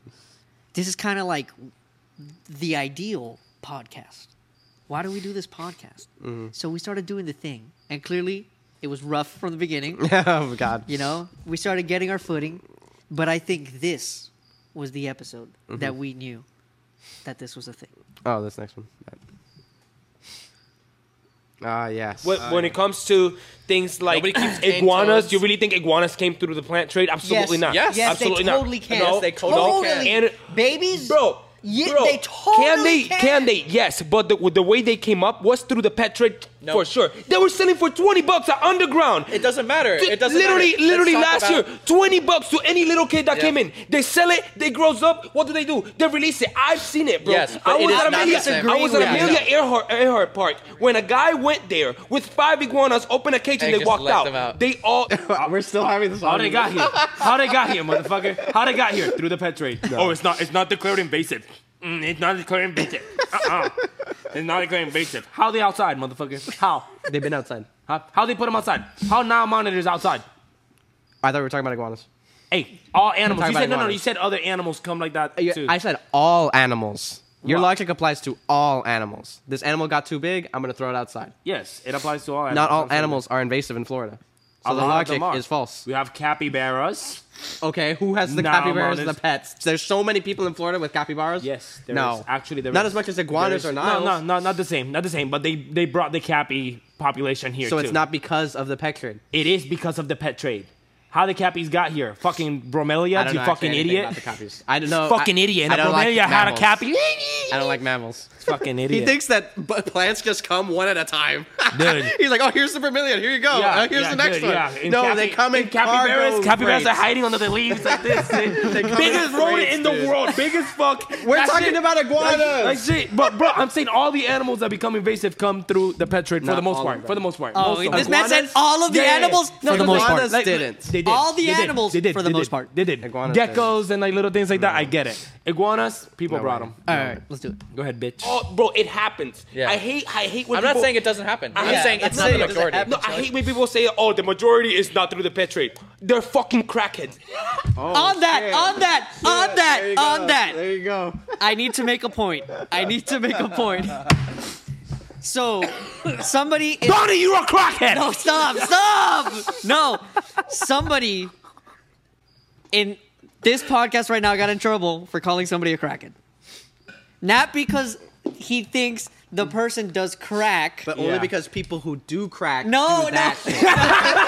Speaker 2: this is kind of like the ideal podcast. Why do we do this podcast? So we started doing the thing. And clearly, it was rough from the beginning. [LAUGHS]
Speaker 1: oh God.
Speaker 2: You know, we started getting our footing. But I think this was the episode
Speaker 1: Mhm.
Speaker 2: that we knew that this was a thing.
Speaker 1: Oh, this next one. Ah, yes.
Speaker 16: When, when it comes to things like [CLEARS THROAT]
Speaker 1: Nobody keeps cane
Speaker 16: iguanas,
Speaker 1: toads.
Speaker 16: you really think iguanas came through the plant trade? Absolutely
Speaker 2: Yes.
Speaker 16: not.
Speaker 2: Yes. Yes, they
Speaker 16: absolutely
Speaker 2: totally
Speaker 16: not.
Speaker 2: can.
Speaker 16: No,
Speaker 2: Yes, they
Speaker 16: no.
Speaker 2: totally can.
Speaker 16: And-
Speaker 2: Babies,
Speaker 16: bro.
Speaker 2: Yeah,
Speaker 16: bro,
Speaker 2: they
Speaker 16: can
Speaker 2: totally
Speaker 16: they?
Speaker 2: can.
Speaker 16: they? Yes, but the, with the way they came up was through the pet trade for sure. They were selling for twenty bucks at underground.
Speaker 12: It doesn't matter.
Speaker 16: Dude,
Speaker 12: It doesn't
Speaker 16: literally,
Speaker 12: matter.
Speaker 16: literally last
Speaker 12: Let's talk
Speaker 16: year,
Speaker 12: about-
Speaker 16: twenty bucks to any little kid that
Speaker 12: Yeah.
Speaker 16: came in. They sell it. They grows up. What do they do? They release it. I've seen it, bro.
Speaker 12: Yes, but
Speaker 16: I
Speaker 12: it
Speaker 16: was
Speaker 12: is
Speaker 16: at
Speaker 12: not the
Speaker 16: Amelia.
Speaker 12: same.
Speaker 16: I was at
Speaker 12: Yeah,
Speaker 16: Amelia
Speaker 12: yeah.
Speaker 16: Earhart, Earhart Park when a guy went there with five iguanas, opened a cage, and,
Speaker 3: And
Speaker 16: they
Speaker 3: just
Speaker 16: walked
Speaker 3: let
Speaker 16: out.
Speaker 3: them out.
Speaker 16: They all.
Speaker 1: Uh, We're still having this.
Speaker 3: How they got here? How they got here, motherfucker? How they got here through the pet trade? Oh, it's not. It's not declared invasive. Mm, it's not declared invasive. Uh-uh. it's not declared invasive. How they outside, motherfucker? How?
Speaker 1: They've been outside.
Speaker 3: How? How they put them outside? How now monitors outside?
Speaker 1: I thought we were talking about iguanas.
Speaker 3: Hey, all animals.
Speaker 1: Talking
Speaker 3: You
Speaker 1: about
Speaker 3: said no, no.
Speaker 1: iguanas.
Speaker 3: You said other animals come like that too.
Speaker 1: Uh, I said all animals. Your logic applies to all animals. This animal got too big. I'm gonna throw it outside.
Speaker 3: yes. It applies to all. animals.
Speaker 1: Not all
Speaker 3: Absolutely.
Speaker 1: animals are invasive in Florida. So the
Speaker 3: lot of
Speaker 1: logic
Speaker 3: them are.
Speaker 1: is false.
Speaker 3: We have capybaras.
Speaker 1: Okay, who has the
Speaker 3: Nah,
Speaker 1: capybaras as
Speaker 3: man,
Speaker 1: the
Speaker 3: it's-
Speaker 1: pets? There's so many people in Florida with capybaras. Yes,
Speaker 3: There
Speaker 1: no,
Speaker 3: is- actually, there
Speaker 1: not
Speaker 3: is.
Speaker 1: as much as iguanas
Speaker 3: There
Speaker 1: or
Speaker 3: is-
Speaker 1: not.
Speaker 3: No, no, no, not the same. Not the same. But they they brought the cappy population here.
Speaker 1: So it's
Speaker 3: too.
Speaker 1: not because of the pet trade.
Speaker 3: It is because of the pet trade. How the cappies got here? Fucking bromelia,
Speaker 1: I don't
Speaker 3: you
Speaker 1: know actually
Speaker 3: fucking
Speaker 1: anything
Speaker 3: idiot.
Speaker 1: about the cappies. I don't know.
Speaker 3: Fucking
Speaker 1: I-
Speaker 3: idiot. And
Speaker 1: I
Speaker 3: the
Speaker 1: don't like
Speaker 3: bromelia had a
Speaker 1: mammals.
Speaker 3: cappy.
Speaker 1: I don't like mammals.
Speaker 3: [LAUGHS] fucking idiot.
Speaker 1: He thinks that b- plants just come one at a time.
Speaker 3: Dude.
Speaker 1: [LAUGHS] He's like, oh, here's the vermilion. Here you go.
Speaker 3: Yeah,
Speaker 1: Uh, here's
Speaker 3: yeah,
Speaker 1: the next
Speaker 3: dude,
Speaker 1: one.
Speaker 3: yeah. In
Speaker 1: No,
Speaker 3: capi-
Speaker 1: they come in,
Speaker 3: in capybaras.
Speaker 1: cargo
Speaker 3: Capybaras are
Speaker 1: crates.
Speaker 3: hiding under the leaves like
Speaker 1: [LAUGHS]
Speaker 3: this.
Speaker 1: They come in
Speaker 3: Biggest rodent
Speaker 1: crates,
Speaker 3: in the
Speaker 1: dude.
Speaker 3: world. Big as fuck.
Speaker 1: [LAUGHS] We're
Speaker 3: That
Speaker 1: talking
Speaker 3: shit-
Speaker 1: about iguanas.
Speaker 3: Like, [LAUGHS] like shit. But bro, I'm saying all the animals that become invasive come through the pet trade for
Speaker 1: Not
Speaker 3: the most
Speaker 1: all
Speaker 3: part.
Speaker 1: of
Speaker 3: For the
Speaker 1: them.
Speaker 3: most part.
Speaker 2: Oh,
Speaker 3: Most of
Speaker 2: this
Speaker 3: them.
Speaker 2: man said
Speaker 3: Iguanas?
Speaker 2: all of the
Speaker 3: Yeah, yeah, yeah.
Speaker 2: animals
Speaker 3: No,
Speaker 2: for the most part.
Speaker 1: iguanas
Speaker 3: Like,
Speaker 1: didn't.
Speaker 3: They did.
Speaker 2: All the
Speaker 3: They did.
Speaker 2: animals
Speaker 3: They did.
Speaker 2: for the
Speaker 3: They
Speaker 2: most
Speaker 3: did.
Speaker 2: part.
Speaker 3: They did.
Speaker 1: Iguanas
Speaker 3: Geckos and like little things like that. I get it. Iguanas, people brought them.
Speaker 2: All right, let's do it.
Speaker 3: Go ahead, bitch.
Speaker 8: Oh, bro, it happens.
Speaker 3: Yeah.
Speaker 8: I hate. I hate when.
Speaker 17: I'm not
Speaker 8: people-
Speaker 17: saying it doesn't happen. I'm
Speaker 8: Yeah,
Speaker 17: saying
Speaker 8: that's
Speaker 17: it's not the
Speaker 8: it. It doesn't
Speaker 17: majority.
Speaker 8: happen. No, I hate when people say, "Oh, the majority is not through the pet trade." They're fucking crackheads.
Speaker 2: on that, on that, on that,
Speaker 8: there you
Speaker 2: on
Speaker 8: go,
Speaker 2: that. Oh, There you go. I need to make a point. I need to make a point. So, somebody. Is,
Speaker 3: Donnie, you're a crackhead.
Speaker 2: No, stop, stop. No, somebody in this podcast right now got in trouble for calling somebody a crackhead. Not because he thinks the person does crack,
Speaker 1: But only because people who do crack
Speaker 2: No,
Speaker 1: do
Speaker 2: no.
Speaker 1: that.
Speaker 2: [LAUGHS]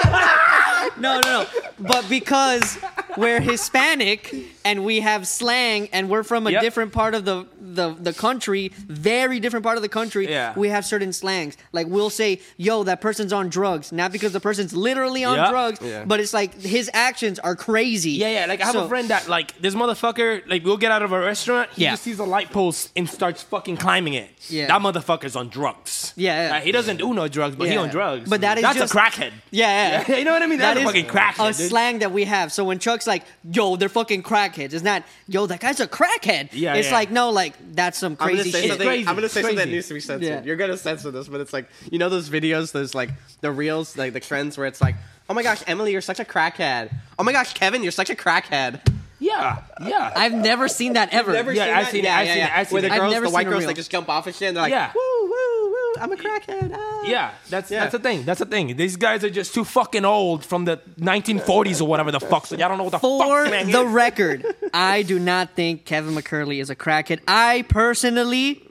Speaker 2: no, no, no. But because we're Hispanic and we have slang and we're from a
Speaker 17: Yep.
Speaker 2: different part of the, the, the country, very different part of the country,
Speaker 17: Yeah.
Speaker 2: we have certain slangs. Like we'll say, yo, that person's on drugs. Not because the person's literally on
Speaker 3: Yep.
Speaker 2: drugs,
Speaker 3: Yeah.
Speaker 2: but it's like his actions are crazy.
Speaker 3: Yeah, yeah. Like I have a friend that like this motherfucker. Like we'll get out of a restaurant. He
Speaker 2: Yeah.
Speaker 3: just sees a light post and starts fucking climbing it.
Speaker 2: Yeah.
Speaker 3: That motherfucker's on drugs.
Speaker 2: Yeah, yeah.
Speaker 3: Like, he doesn't do no drugs, but he
Speaker 2: Yeah.
Speaker 3: on drugs.
Speaker 2: But that is
Speaker 3: that's
Speaker 2: just-
Speaker 3: a
Speaker 2: [LAUGHS]
Speaker 3: crackhead. [LAUGHS]
Speaker 2: Yeah, yeah.
Speaker 3: You know what I mean? That's a
Speaker 2: is
Speaker 3: fucking crackhead,
Speaker 2: A
Speaker 3: dude.
Speaker 2: slang that we have. So when Chuck's like, "Yo, they're fucking crackheads," it's not, "Yo, that guy's a crackhead."
Speaker 1: Yeah,
Speaker 2: it's
Speaker 1: yeah.
Speaker 2: like no, like that's some
Speaker 1: I'm
Speaker 2: crazy
Speaker 1: gonna say
Speaker 2: shit.
Speaker 1: something. I'm gonna say something that needs to be censored.
Speaker 2: Yeah.
Speaker 1: You're gonna censor this, but it's like you know those videos, those like the reels, like the trends where it's like, oh my gosh, Emily, you're such a crackhead. Oh my gosh, Kevin, you're such a crackhead.
Speaker 3: Yeah, yeah.
Speaker 2: I've never seen that ever.
Speaker 1: Never seen that? yeah, yeah, yeah. Where the
Speaker 2: I've
Speaker 1: girls,
Speaker 2: never
Speaker 1: the white
Speaker 2: seen a
Speaker 1: girls,
Speaker 2: reel.
Speaker 1: they just jump off and shit. And they're like,
Speaker 3: Yeah.
Speaker 1: woo, woo, woo, I'm a crackhead. ah."
Speaker 3: Yeah, that's
Speaker 1: Yeah.
Speaker 3: that's the thing. That's the thing. These guys are just too fucking old from the 1940s or whatever the fuck. So I don't know what the
Speaker 2: For
Speaker 3: fuck. man,
Speaker 2: the
Speaker 3: is.
Speaker 2: record, I do not think Kevin McCurley is a crackhead. I personally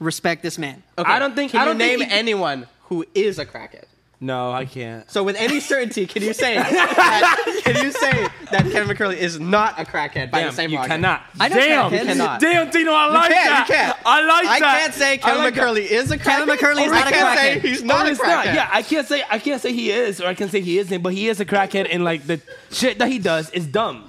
Speaker 2: respect this man.
Speaker 1: Okay.
Speaker 3: I don't think-
Speaker 1: Can
Speaker 3: I
Speaker 1: you
Speaker 3: don't
Speaker 1: name
Speaker 3: think he-
Speaker 1: anyone who is a crackhead?
Speaker 3: no, I can't.
Speaker 1: So with any certainty, can you say that, can you say that Kevin McCurley is not a crackhead by
Speaker 3: Damn,
Speaker 1: the same
Speaker 3: you
Speaker 1: logic?
Speaker 3: cannot.
Speaker 1: I know
Speaker 3: Damn,
Speaker 1: you cannot.
Speaker 3: Damn, Dino, I
Speaker 1: You
Speaker 3: like
Speaker 1: can't,
Speaker 3: that.
Speaker 1: You can't.
Speaker 3: I like that.
Speaker 1: I can't say
Speaker 3: I
Speaker 1: Kevin
Speaker 3: like that.
Speaker 1: McCurley is a
Speaker 3: [LAUGHS]
Speaker 1: crackhead.
Speaker 2: Kevin McCurley is
Speaker 1: or I
Speaker 2: not a
Speaker 1: can't say
Speaker 2: crackhead.
Speaker 1: he's not
Speaker 3: Oh,
Speaker 1: a
Speaker 3: it's not.
Speaker 1: crackhead.
Speaker 3: Yeah, I can't say I can't say he is, or I can say he isn't, but he is a crackhead, and like the shit that he does is dumb.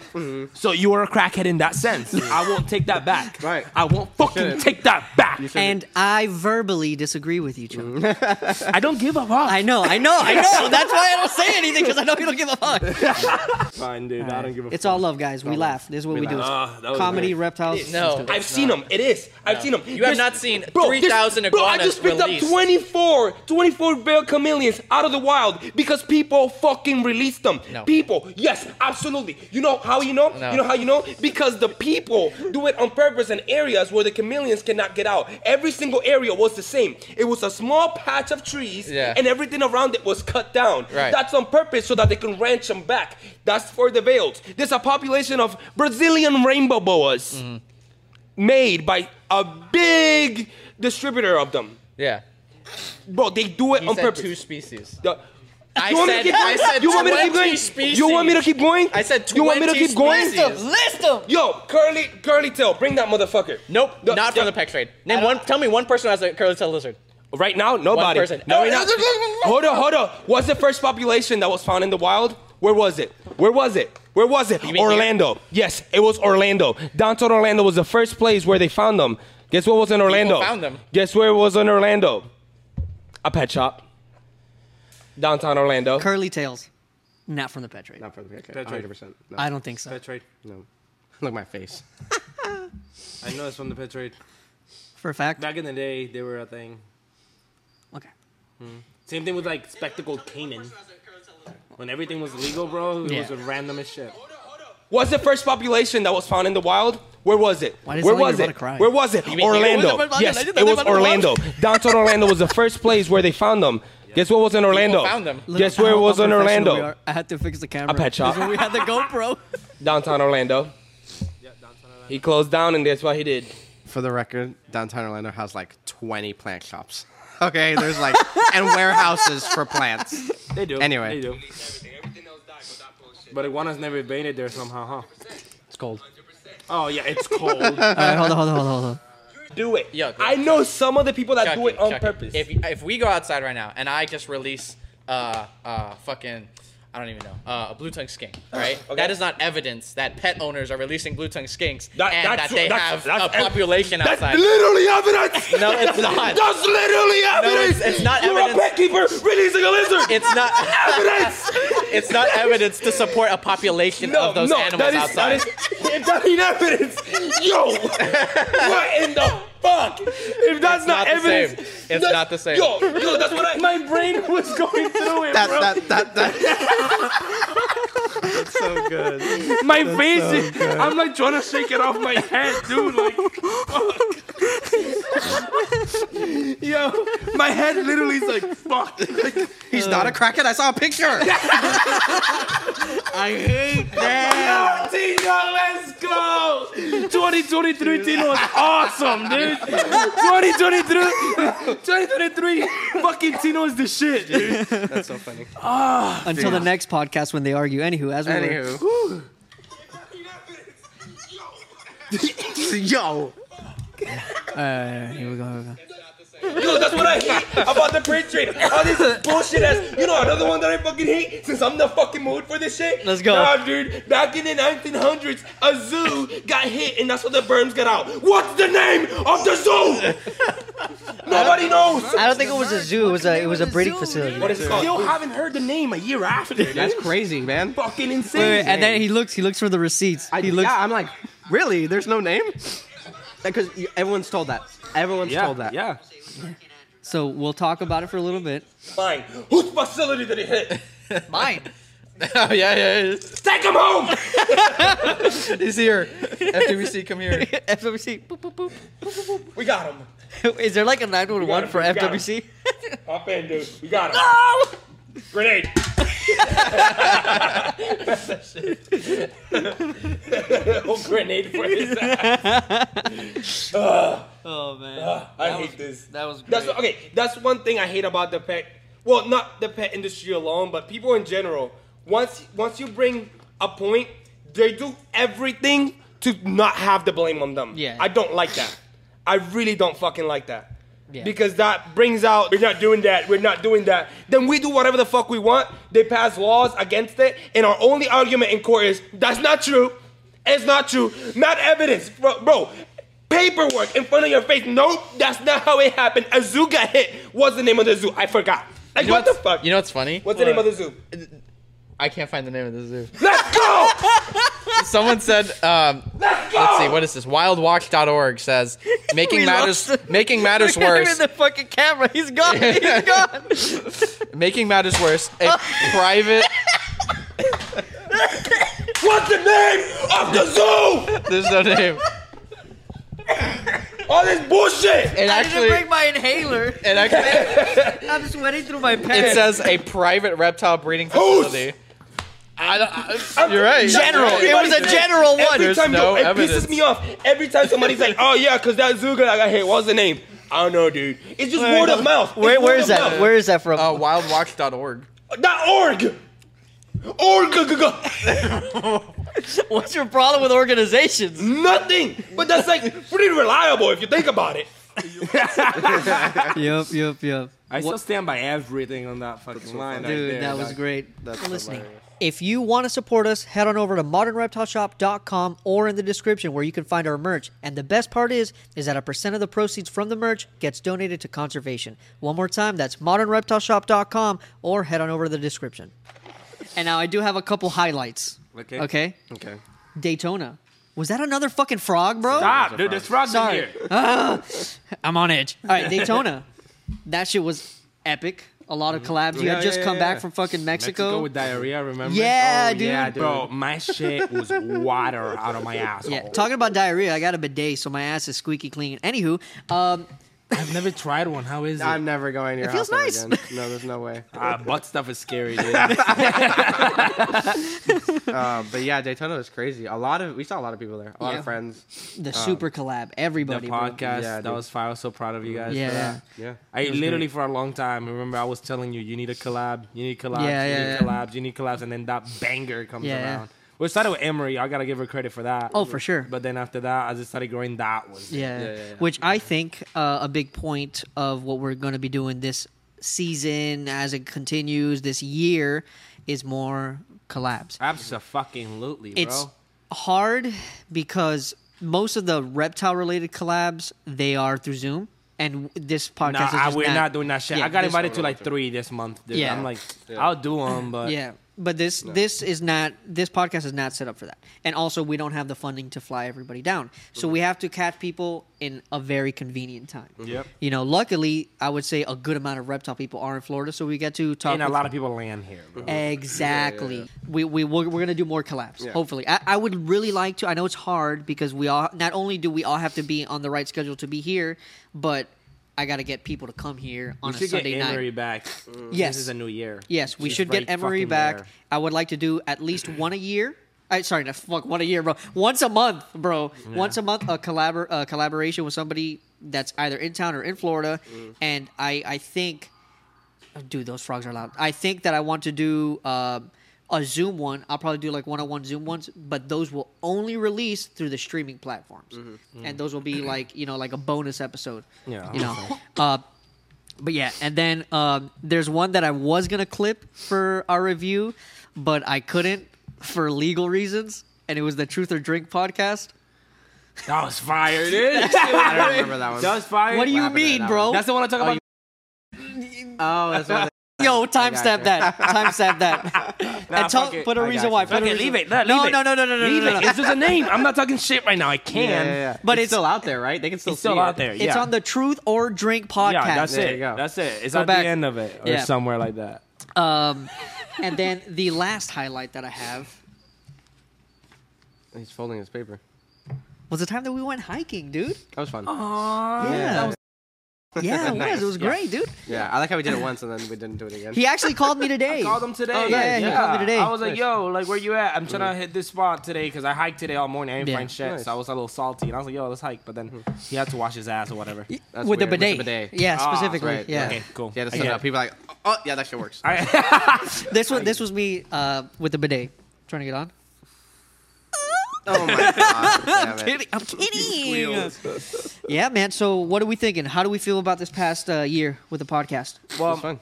Speaker 3: So you are a crackhead in that sense. I won't take that back. Mm-hmm. Right. I won't fucking
Speaker 2: shouldn't.
Speaker 3: take that back.
Speaker 2: And I verbally disagree with you, Chuck.
Speaker 3: I don't give a fuck.
Speaker 2: I know, I know, I know. That's why I don't say anything because I know you don't give a fuck.
Speaker 3: Fine, dude. I don't give a
Speaker 2: It's all love, guys. We laugh. This is what we, do.
Speaker 8: Ah, that was
Speaker 2: Comedy,
Speaker 8: great.
Speaker 2: reptiles.
Speaker 17: No.
Speaker 2: let's do it.
Speaker 8: I've seen them. It is. I've seen them.
Speaker 17: You have not seen 3,000
Speaker 8: Bro, I
Speaker 17: iguanas
Speaker 8: just picked
Speaker 17: released.
Speaker 8: up 24, 24 bell chameleons out of the wild because people fucking released them.
Speaker 17: No.
Speaker 8: People, yes, absolutely. You know how you know?
Speaker 17: No.
Speaker 8: You know how you know? Because the people do it on purpose in areas where the chameleons cannot get out. Every single area was the same. It was a small patch of trees,
Speaker 17: Yeah.
Speaker 8: and everything around it was cut down.
Speaker 17: Right.
Speaker 8: That's on purpose so that they can ranch them back. That's for the veiled. There's a population of Brazilian rainbow boas
Speaker 17: Mm-hmm.
Speaker 8: made by a big distributor of them.
Speaker 17: Yeah.
Speaker 8: Bro, they do it
Speaker 17: He
Speaker 8: on
Speaker 17: said
Speaker 8: purpose.
Speaker 17: two species.
Speaker 8: The-
Speaker 17: I
Speaker 8: you want me to
Speaker 17: said-
Speaker 8: keep,
Speaker 17: I said
Speaker 8: you want me to keep
Speaker 17: 20
Speaker 8: going?
Speaker 17: species.
Speaker 8: You want me to keep going?
Speaker 17: I said
Speaker 8: You want me to
Speaker 17: 20
Speaker 8: keep going?
Speaker 17: species.
Speaker 2: List them.
Speaker 8: Yo, curly curly tail, bring that motherfucker.
Speaker 17: Nope, not from the pet trade. Name one. Tell me one person who has a curly tail lizard.
Speaker 8: Right now, nobody.
Speaker 17: person.
Speaker 8: No, right now. hold on, hold on. What's the first population that was found in the wild? Where was it? Where was it? Where was it?
Speaker 17: mean here?
Speaker 8: Orlando. Yes, it was Orlando. Downtown Orlando was the first place where they found them. Guess what was in Orlando?
Speaker 17: found them.
Speaker 8: Guess where it was in Orlando? A pet shop. Downtown Orlando.
Speaker 2: Curly tails. Not from the pet trade.
Speaker 1: Not from the
Speaker 3: Pet trade.
Speaker 1: 100%. No.
Speaker 2: I don't think so.
Speaker 3: trade.
Speaker 1: No. Look at
Speaker 3: [LAUGHS]
Speaker 1: my face.
Speaker 3: I know it's from the pet trade.
Speaker 2: For a fact.
Speaker 3: Back in the day, they were a thing.
Speaker 2: Okay.
Speaker 3: Same thing with like spectacled Canaan. When everything was legal, bro, it
Speaker 2: Yeah.
Speaker 3: was the randomest shit.
Speaker 8: What's the first population that was found in the wild? Where was it?
Speaker 3: Why does it
Speaker 8: Where
Speaker 3: sound like
Speaker 8: was
Speaker 3: you're about
Speaker 8: it?
Speaker 3: to cry?
Speaker 8: Where was it?
Speaker 3: You mean-
Speaker 8: Orlando.
Speaker 3: Where was the first
Speaker 8: Yes,
Speaker 3: population
Speaker 8: it was
Speaker 3: that they found in the
Speaker 8: Orlando. Downtown Orlando was the first place where they found them. Guess what was in Orlando?
Speaker 1: People found them.
Speaker 2: Look
Speaker 8: Guess
Speaker 2: how
Speaker 8: where it was in
Speaker 2: unprofessional
Speaker 8: Orlando?
Speaker 2: we are. I had to fix the camera.
Speaker 8: A pet shop.
Speaker 2: Because When we had the GoPro.
Speaker 8: Downtown Orlando. He closed down, and that's what he did.
Speaker 3: For the record, downtown Orlando has like 20 plant shops. Okay, there's like and warehouses for plants.
Speaker 8: They do.
Speaker 3: Anyway,
Speaker 8: They do. But iguana's never been it there somehow, huh?
Speaker 2: It's cold.
Speaker 8: Oh yeah, it's cold.
Speaker 2: All right, hold on, hold on, hold on, hold on.
Speaker 8: Do it.
Speaker 1: Yeah.
Speaker 8: I know some of the people that do it on purpose.
Speaker 1: If, if we go outside right now and I just release uh uh fucking I don't even know uh, a blue tongue
Speaker 8: [SIGHS]
Speaker 1: skink, right?
Speaker 8: Okay.
Speaker 1: That is not evidence that pet owners are releasing blue tongue skinks and
Speaker 8: that's-
Speaker 1: that they
Speaker 8: that's-
Speaker 1: have
Speaker 8: that's
Speaker 1: a
Speaker 8: ev-
Speaker 1: population
Speaker 8: that's
Speaker 1: outside.
Speaker 8: literally evidence.
Speaker 1: No,
Speaker 8: [LAUGHS]
Speaker 1: it's not.
Speaker 8: That's literally evidence.
Speaker 1: No, it's, it's not
Speaker 8: You're
Speaker 1: evidence.
Speaker 8: a pet keeper releasing a lizard.
Speaker 1: It's not [LAUGHS]
Speaker 8: evidence.
Speaker 1: It's not evidence to support a population of those
Speaker 8: no,
Speaker 1: animals
Speaker 8: that is,
Speaker 1: outside.
Speaker 8: That is, if that ain't evidence, yo, what in the fuck? If that's
Speaker 1: It's
Speaker 8: not,
Speaker 1: not the
Speaker 8: evidence,
Speaker 1: same. It's not the same.
Speaker 8: Yo, yo, that's what I, my brain was going through it,
Speaker 3: That-
Speaker 8: bro.
Speaker 3: that- that-
Speaker 8: that's so good. My
Speaker 18: That's
Speaker 8: face,
Speaker 18: so
Speaker 8: is-
Speaker 18: good.
Speaker 8: I'm like trying to shake it off my head, dude. Like, fuck. [LAUGHS] yo, my head literally is like, fuck.
Speaker 3: he's not a crackhead. I saw a
Speaker 8: [LAUGHS]
Speaker 3: picture. [LAUGHS]
Speaker 8: I hate that. [LAUGHS] Tino, let's go. 2023 Tino is awesome, dude. 2023, 2023, fucking Tino is the shit, dude.
Speaker 3: That's so funny.
Speaker 8: Ah,
Speaker 2: Until the next podcast when they argue. Anywho, as we
Speaker 8: Anywho.
Speaker 2: were.
Speaker 3: [LAUGHS] Yo.
Speaker 2: Uh, here we go. Here we go.
Speaker 8: Yo, that's what I hate about the brain trade. All this bullshit ass. You know another one that I fucking hate since I'm the fucking mood for this shit.
Speaker 2: Let's go.
Speaker 8: Nah, dude. Back in the 1900s, a zoo got hit and that's what the berms got out. What's the name of the
Speaker 2: [LAUGHS]
Speaker 8: zoo? Nobody knows.
Speaker 2: I don't think it was a zoo. It was a it was a breeding facility.
Speaker 8: What is it called? Still haven't heard the name a year after. dude.
Speaker 3: That's crazy, man.
Speaker 8: fucking
Speaker 2: Wait,
Speaker 8: insane.
Speaker 2: wait, and then he looks. He looks for the receipts.
Speaker 3: I,
Speaker 2: he looks.
Speaker 3: yeah, I'm like, really? There's no name? Because everyone's told that. Everyone's told that.
Speaker 8: Yeah.
Speaker 2: So we'll talk about it for a little bit.
Speaker 8: Fine. Whose facility did it hit?
Speaker 2: Mine. [LAUGHS]
Speaker 1: oh yeah, yeah. yeah.
Speaker 8: Take him home.
Speaker 19: He's here. FWC, come
Speaker 2: [LAUGHS]
Speaker 19: here.
Speaker 2: FWC. Boop, boop, boop.
Speaker 8: We got him.
Speaker 2: [LAUGHS] Is there like a 911 for
Speaker 8: We got him.
Speaker 2: FWC?
Speaker 8: Hop in, dude. We got him.
Speaker 2: No! [LAUGHS]
Speaker 8: Grenade. oh, grenade for his ass. Ugh.
Speaker 2: [LAUGHS] Oh man.
Speaker 8: Ugh, I
Speaker 2: That
Speaker 8: hate
Speaker 2: was-
Speaker 8: this.
Speaker 2: That was
Speaker 8: That's
Speaker 2: great.
Speaker 8: okay. That's one thing I hate about the pet. Well, not the pet industry alone, but people in general. Once once you bring a point, they do everything to not have the blame on them.
Speaker 2: Yeah.
Speaker 8: I don't like that. I really don't fucking like that.
Speaker 2: Yeah.
Speaker 8: Because that brings out we're not doing that, we're not doing that. Then we do whatever the fuck we want. They pass laws against it, and our only argument in court is that's not true. It's not true. Not evidence, bro. bro paperwork in front of your face. Nope, that's not how it happened. A zoo got hit. What's the name of the zoo? I forgot. Like what the fuck?
Speaker 1: You know what's funny?
Speaker 8: What's the name of the zoo?
Speaker 1: I can't find the name of the zoo.
Speaker 8: Let's go.
Speaker 1: [LAUGHS] Someone said, um,
Speaker 8: Let's go.
Speaker 1: let's see, what is this? Wildwatch.org says, making
Speaker 2: We
Speaker 1: matters
Speaker 2: lost it.
Speaker 1: making matters
Speaker 2: Look at him
Speaker 1: worse.
Speaker 2: in the fucking camera. He's gone. He's gone.
Speaker 1: Making matters worse, a private.
Speaker 8: What's the name of the
Speaker 1: [LAUGHS]
Speaker 8: zoo?
Speaker 1: There's no name.
Speaker 8: All this bullshit.
Speaker 1: It
Speaker 2: I
Speaker 1: actually,
Speaker 2: didn't bring my inhaler.
Speaker 1: it actually,
Speaker 2: I'm sweating through my pants.
Speaker 1: [LAUGHS] it says a private reptile breeding
Speaker 8: Who's?
Speaker 1: facility. I don't. I, you're right.
Speaker 2: General.
Speaker 1: You're right.
Speaker 2: It was a general one.
Speaker 8: Every
Speaker 1: There's
Speaker 8: time,
Speaker 1: no
Speaker 8: yo, it
Speaker 1: evidence.
Speaker 8: pisses me off. Every time somebody's like, "Oh yeah, cause that zoo guy got hit." What's the name? I don't know, dude. It's just word of mouth. It's
Speaker 2: Where,
Speaker 8: word
Speaker 2: where is
Speaker 8: of
Speaker 2: that?
Speaker 8: [LAUGHS] mouth.
Speaker 2: Where is that from?
Speaker 1: Uh, wildwatch.org.
Speaker 8: Not org. Org. g- g- g-
Speaker 2: [LAUGHS] What's your problem with organizations?
Speaker 8: Nothing. But that's like pretty reliable if you think about it.
Speaker 2: yep, yep, yep.
Speaker 8: I still stand by everything on that fucking line. right
Speaker 2: Dude,
Speaker 8: there,
Speaker 2: that was
Speaker 8: dog.
Speaker 2: great.
Speaker 3: That's
Speaker 2: For listening.
Speaker 3: hilarious.
Speaker 2: If you want to support us, head on over to modernreptileshop.com or in the description where you can find our merch. And the best part is, is that a percent of the proceeds from the merch gets donated to conservation. One more time, that's modernreptileshop.com or head on over to the description. And now I do have a couple highlights.
Speaker 8: Okay.
Speaker 2: Okay.
Speaker 3: Okay.
Speaker 2: Daytona. Was that another fucking frog, bro?
Speaker 8: Stop, dude. There's frogs in
Speaker 2: Sorry.
Speaker 8: here.
Speaker 2: Ah, I'm on edge. All right, Daytona. that shit was epic. A lot of collabs. You
Speaker 8: Yeah,
Speaker 2: had just
Speaker 8: yeah,
Speaker 2: come
Speaker 8: yeah, yeah.
Speaker 2: back from fucking Mexico.
Speaker 8: with diarrhea, remember?
Speaker 2: Yeah,
Speaker 8: Oh, Yeah,
Speaker 2: dude.
Speaker 8: bro, my shit was water out of my asshole.
Speaker 2: Yeah, talking about diarrhea, I got a bidet, so my ass is squeaky clean. Anywho, um,
Speaker 3: I've never tried one. How is it?
Speaker 1: I'm never going near
Speaker 3: It feels
Speaker 1: Hopper
Speaker 3: nice.
Speaker 1: again. No, there's no way. [LAUGHS]
Speaker 3: Ah, butt stuff is scary, dude.
Speaker 1: uh, but yeah, Daytona was crazy. A lot of we saw a lot of people there. A lot
Speaker 2: Yeah.
Speaker 1: of friends.
Speaker 2: The
Speaker 1: Um,
Speaker 2: super collab. Everybody.
Speaker 3: the
Speaker 2: bro.
Speaker 3: podcast. that
Speaker 1: dude.
Speaker 3: was fire. I was so proud of you guys.
Speaker 2: Yeah,
Speaker 3: for that.
Speaker 1: yeah. Yeah.
Speaker 3: I
Speaker 1: It was
Speaker 3: literally
Speaker 1: great.
Speaker 3: for a long time. Remember, I was telling you, you need a collab. You need collabs.
Speaker 2: Yeah,
Speaker 3: you
Speaker 2: yeah,
Speaker 3: need
Speaker 2: yeah.
Speaker 3: collabs. You need collabs, and then that banger comes
Speaker 2: Yeah, yeah.
Speaker 3: around. We started with Emery. I gotta give her credit for that.
Speaker 2: Oh, for sure.
Speaker 3: But then after that, I just started growing. That was it.
Speaker 2: Yeah. Which I think uh, a big point of what we're going to be doing this season as it continues this year is more collabs.
Speaker 3: Absolutely, bro.
Speaker 2: It's hard because most of the reptile related collabs they are through Zoom, and this podcast.
Speaker 3: Nah,
Speaker 2: is
Speaker 3: I-
Speaker 2: just
Speaker 3: we're not doing that shit. I got
Speaker 2: this-
Speaker 3: invited to like three this month. Dude.
Speaker 2: Yeah.
Speaker 3: I'm like,
Speaker 2: Yeah.
Speaker 3: I'll do
Speaker 2: [LAUGHS]
Speaker 3: them, but
Speaker 2: yeah, but this this is not this podcast is not set up for that, and also we don't have the funding to fly everybody down, so we have to catch people in a very convenient time.
Speaker 3: Mm-hmm. Yep.
Speaker 2: You know, luckily, I would say a good amount of reptile people are in Florida, so we get to talk.
Speaker 3: And a
Speaker 2: with
Speaker 3: lot
Speaker 2: them.
Speaker 3: of people land here. Bro.
Speaker 2: Exactly.
Speaker 3: Yeah, yeah,
Speaker 2: We we we're, we're gonna do more collabs.
Speaker 3: Yeah.
Speaker 2: Hopefully, I, I would really like to. I know it's hard because we all not only do we all have to be on the right schedule to be here, but I gotta get people to come here on
Speaker 3: we
Speaker 2: a
Speaker 3: should
Speaker 2: Sunday
Speaker 3: get
Speaker 2: night. Mm.
Speaker 3: Emery back.
Speaker 2: Yes.
Speaker 3: This is a new year.
Speaker 2: Yes, we
Speaker 3: She's
Speaker 2: should get
Speaker 3: right
Speaker 2: Emery
Speaker 3: fucking
Speaker 2: back.
Speaker 3: there.
Speaker 2: I would like to do at least one a year. I, sorry, not fuck one a year, bro. Once a month, bro. Once a month, a collabor a collaboration with somebody that's either in town or in Florida.
Speaker 3: Mm.
Speaker 2: And I, I think, uh, dude, those frogs are loud. I think that I want to do um, a Zoom one. I'll probably do like one-on-one Zoom ones, but those will only release through the streaming platforms, and those will be like you know like a bonus episode.
Speaker 3: Mm-hmm. Yeah,
Speaker 2: you know.
Speaker 3: okay.
Speaker 2: Uh, but yeah, and then um, there's one that I was gonna clip for our review, but I couldn't for legal reasons, and it was the Truth or Drink podcast.
Speaker 3: That was fire, dude.
Speaker 2: [LAUGHS]
Speaker 1: I don't remember that one.
Speaker 3: That was fire.
Speaker 2: What do you
Speaker 1: happened to
Speaker 2: mean,
Speaker 1: that
Speaker 2: bro?
Speaker 3: [LAUGHS]
Speaker 1: one?
Speaker 3: That's the one I talk
Speaker 2: Oh,
Speaker 3: about.
Speaker 1: Oh, that's what.
Speaker 2: Yo,
Speaker 1: I
Speaker 2: timestamp
Speaker 1: got
Speaker 2: that.
Speaker 3: [LAUGHS]
Speaker 2: Timestamp that. and tell,
Speaker 3: fuck it.
Speaker 2: put a
Speaker 3: I
Speaker 2: reason
Speaker 3: got
Speaker 2: why.
Speaker 3: you.
Speaker 2: Put a
Speaker 3: Fuck it,
Speaker 2: reason-
Speaker 3: leave it. No,
Speaker 2: no,
Speaker 3: leave it.
Speaker 2: no, no, no, no, no,
Speaker 3: Leave
Speaker 2: no,
Speaker 3: it.
Speaker 2: no.
Speaker 3: [LAUGHS] It's just a name. I'm not talking shit right now. I can.
Speaker 1: Yeah, yeah, yeah.
Speaker 2: But
Speaker 1: it's,
Speaker 2: it's-
Speaker 1: still out there, right? They can still
Speaker 3: It's still
Speaker 1: see
Speaker 3: out
Speaker 1: it.
Speaker 3: there.
Speaker 2: It's
Speaker 3: yeah.
Speaker 2: on the Truth or Drink podcast.
Speaker 3: Yeah, that's
Speaker 1: There
Speaker 3: it.
Speaker 1: you go.
Speaker 3: That's it. It's
Speaker 2: Go
Speaker 3: at
Speaker 2: back.
Speaker 3: the end of it or
Speaker 2: Yeah.
Speaker 3: somewhere like that.
Speaker 2: Um, and then the last highlight that I have
Speaker 1: He's folding his paper.
Speaker 2: was the time that we went hiking, dude.
Speaker 1: That was fun.
Speaker 2: Aww. Yeah. Yeah,
Speaker 3: [LAUGHS]
Speaker 2: it was. It was great, dude.
Speaker 1: Yeah, I like how we did it once and then we didn't do it again.
Speaker 2: He actually called me
Speaker 3: [LAUGHS]
Speaker 2: today.
Speaker 3: I called him today.
Speaker 2: Oh, yeah, he called me today.
Speaker 3: I was like,
Speaker 2: Nice.
Speaker 3: yo, like, where you at? I'm trying to hit this spot today because I hiked today all morning. I didn't
Speaker 2: Yeah. Hmm.
Speaker 3: find shit.
Speaker 1: Nice.
Speaker 3: So I was a little salty. And I was like, yo, let's hike. But then he had to wash his ass or whatever.
Speaker 1: That's
Speaker 2: With the
Speaker 1: weird.
Speaker 2: bidet. Yeah,
Speaker 3: Ah,
Speaker 2: specifically.
Speaker 1: right.
Speaker 2: Yeah.
Speaker 3: Okay, cool.
Speaker 1: Yeah, that's
Speaker 3: I get
Speaker 1: yeah.
Speaker 3: it.
Speaker 1: People are like, oh, oh, yeah, that shit
Speaker 3: [LAUGHS]
Speaker 1: works.
Speaker 2: [LAUGHS] This was this was me uh, with the bidet. Trying to get on.
Speaker 1: oh
Speaker 3: [LAUGHS]
Speaker 1: my god, damn
Speaker 2: I'm
Speaker 1: it.
Speaker 2: kidding. I'm kidding. yeah, man. So, what are we thinking? How do we feel about this past uh, year with the podcast?
Speaker 3: Well,
Speaker 1: It's fun.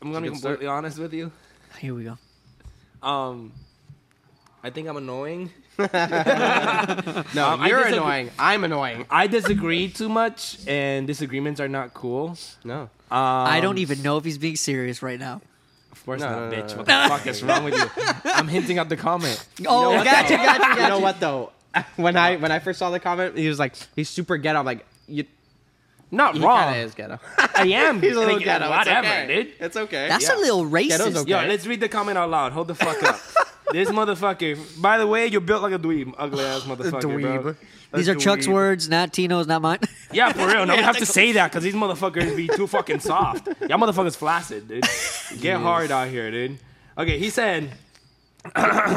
Speaker 3: I'm going to be
Speaker 1: It's a good
Speaker 3: completely honest with you.
Speaker 2: Here we go.
Speaker 3: Um, I think I'm annoying.
Speaker 1: No,
Speaker 3: Um, I
Speaker 1: you're
Speaker 3: disagree-
Speaker 1: annoying. I'm annoying.
Speaker 3: I disagree too much, and disagreements are not cool.
Speaker 1: No,
Speaker 3: Um,
Speaker 2: I don't even know if he's being serious right now.
Speaker 3: Of course
Speaker 1: No,
Speaker 3: not,
Speaker 1: no, no,
Speaker 3: bitch.
Speaker 1: no.
Speaker 3: What the fuck is wrong with you? I'm hinting at the comment.
Speaker 2: Oh,
Speaker 1: know what,
Speaker 2: gotcha,
Speaker 1: though?
Speaker 2: gotcha, gotcha.
Speaker 1: [LAUGHS] You know what though? [LAUGHS] When I when I first saw the comment, he was like, "He's super ghetto." I'm like, "You
Speaker 3: Not
Speaker 1: he
Speaker 3: wrong.
Speaker 1: kinda is
Speaker 3: [LAUGHS]
Speaker 1: ghetto." [LAUGHS]
Speaker 3: I am.
Speaker 1: He's a little
Speaker 3: Like,
Speaker 1: ghetto. It's
Speaker 3: Whatever,
Speaker 1: okay.
Speaker 3: dude.
Speaker 1: It's okay.
Speaker 2: That's
Speaker 1: Yeah.
Speaker 2: a little racist.
Speaker 1: Ghetto's okay.
Speaker 3: Yo, let's read the comment out loud. Hold the fuck
Speaker 1: [LAUGHS]
Speaker 3: up. this motherfucker. By the way, you're built like a dweeb, ugly ass motherfucker, bro.
Speaker 1: dweeb.
Speaker 3: A
Speaker 2: These are Chuck's
Speaker 3: dweeb.
Speaker 2: words, not Tino's, not
Speaker 1: [LAUGHS]
Speaker 2: mine.
Speaker 3: Yeah, for real. No, we have to say that because these motherfuckers be too fucking soft. Y'all motherfuckers flaccid,
Speaker 1: [LAUGHS]
Speaker 3: dude. Get hard out here, dude. Okay, he said.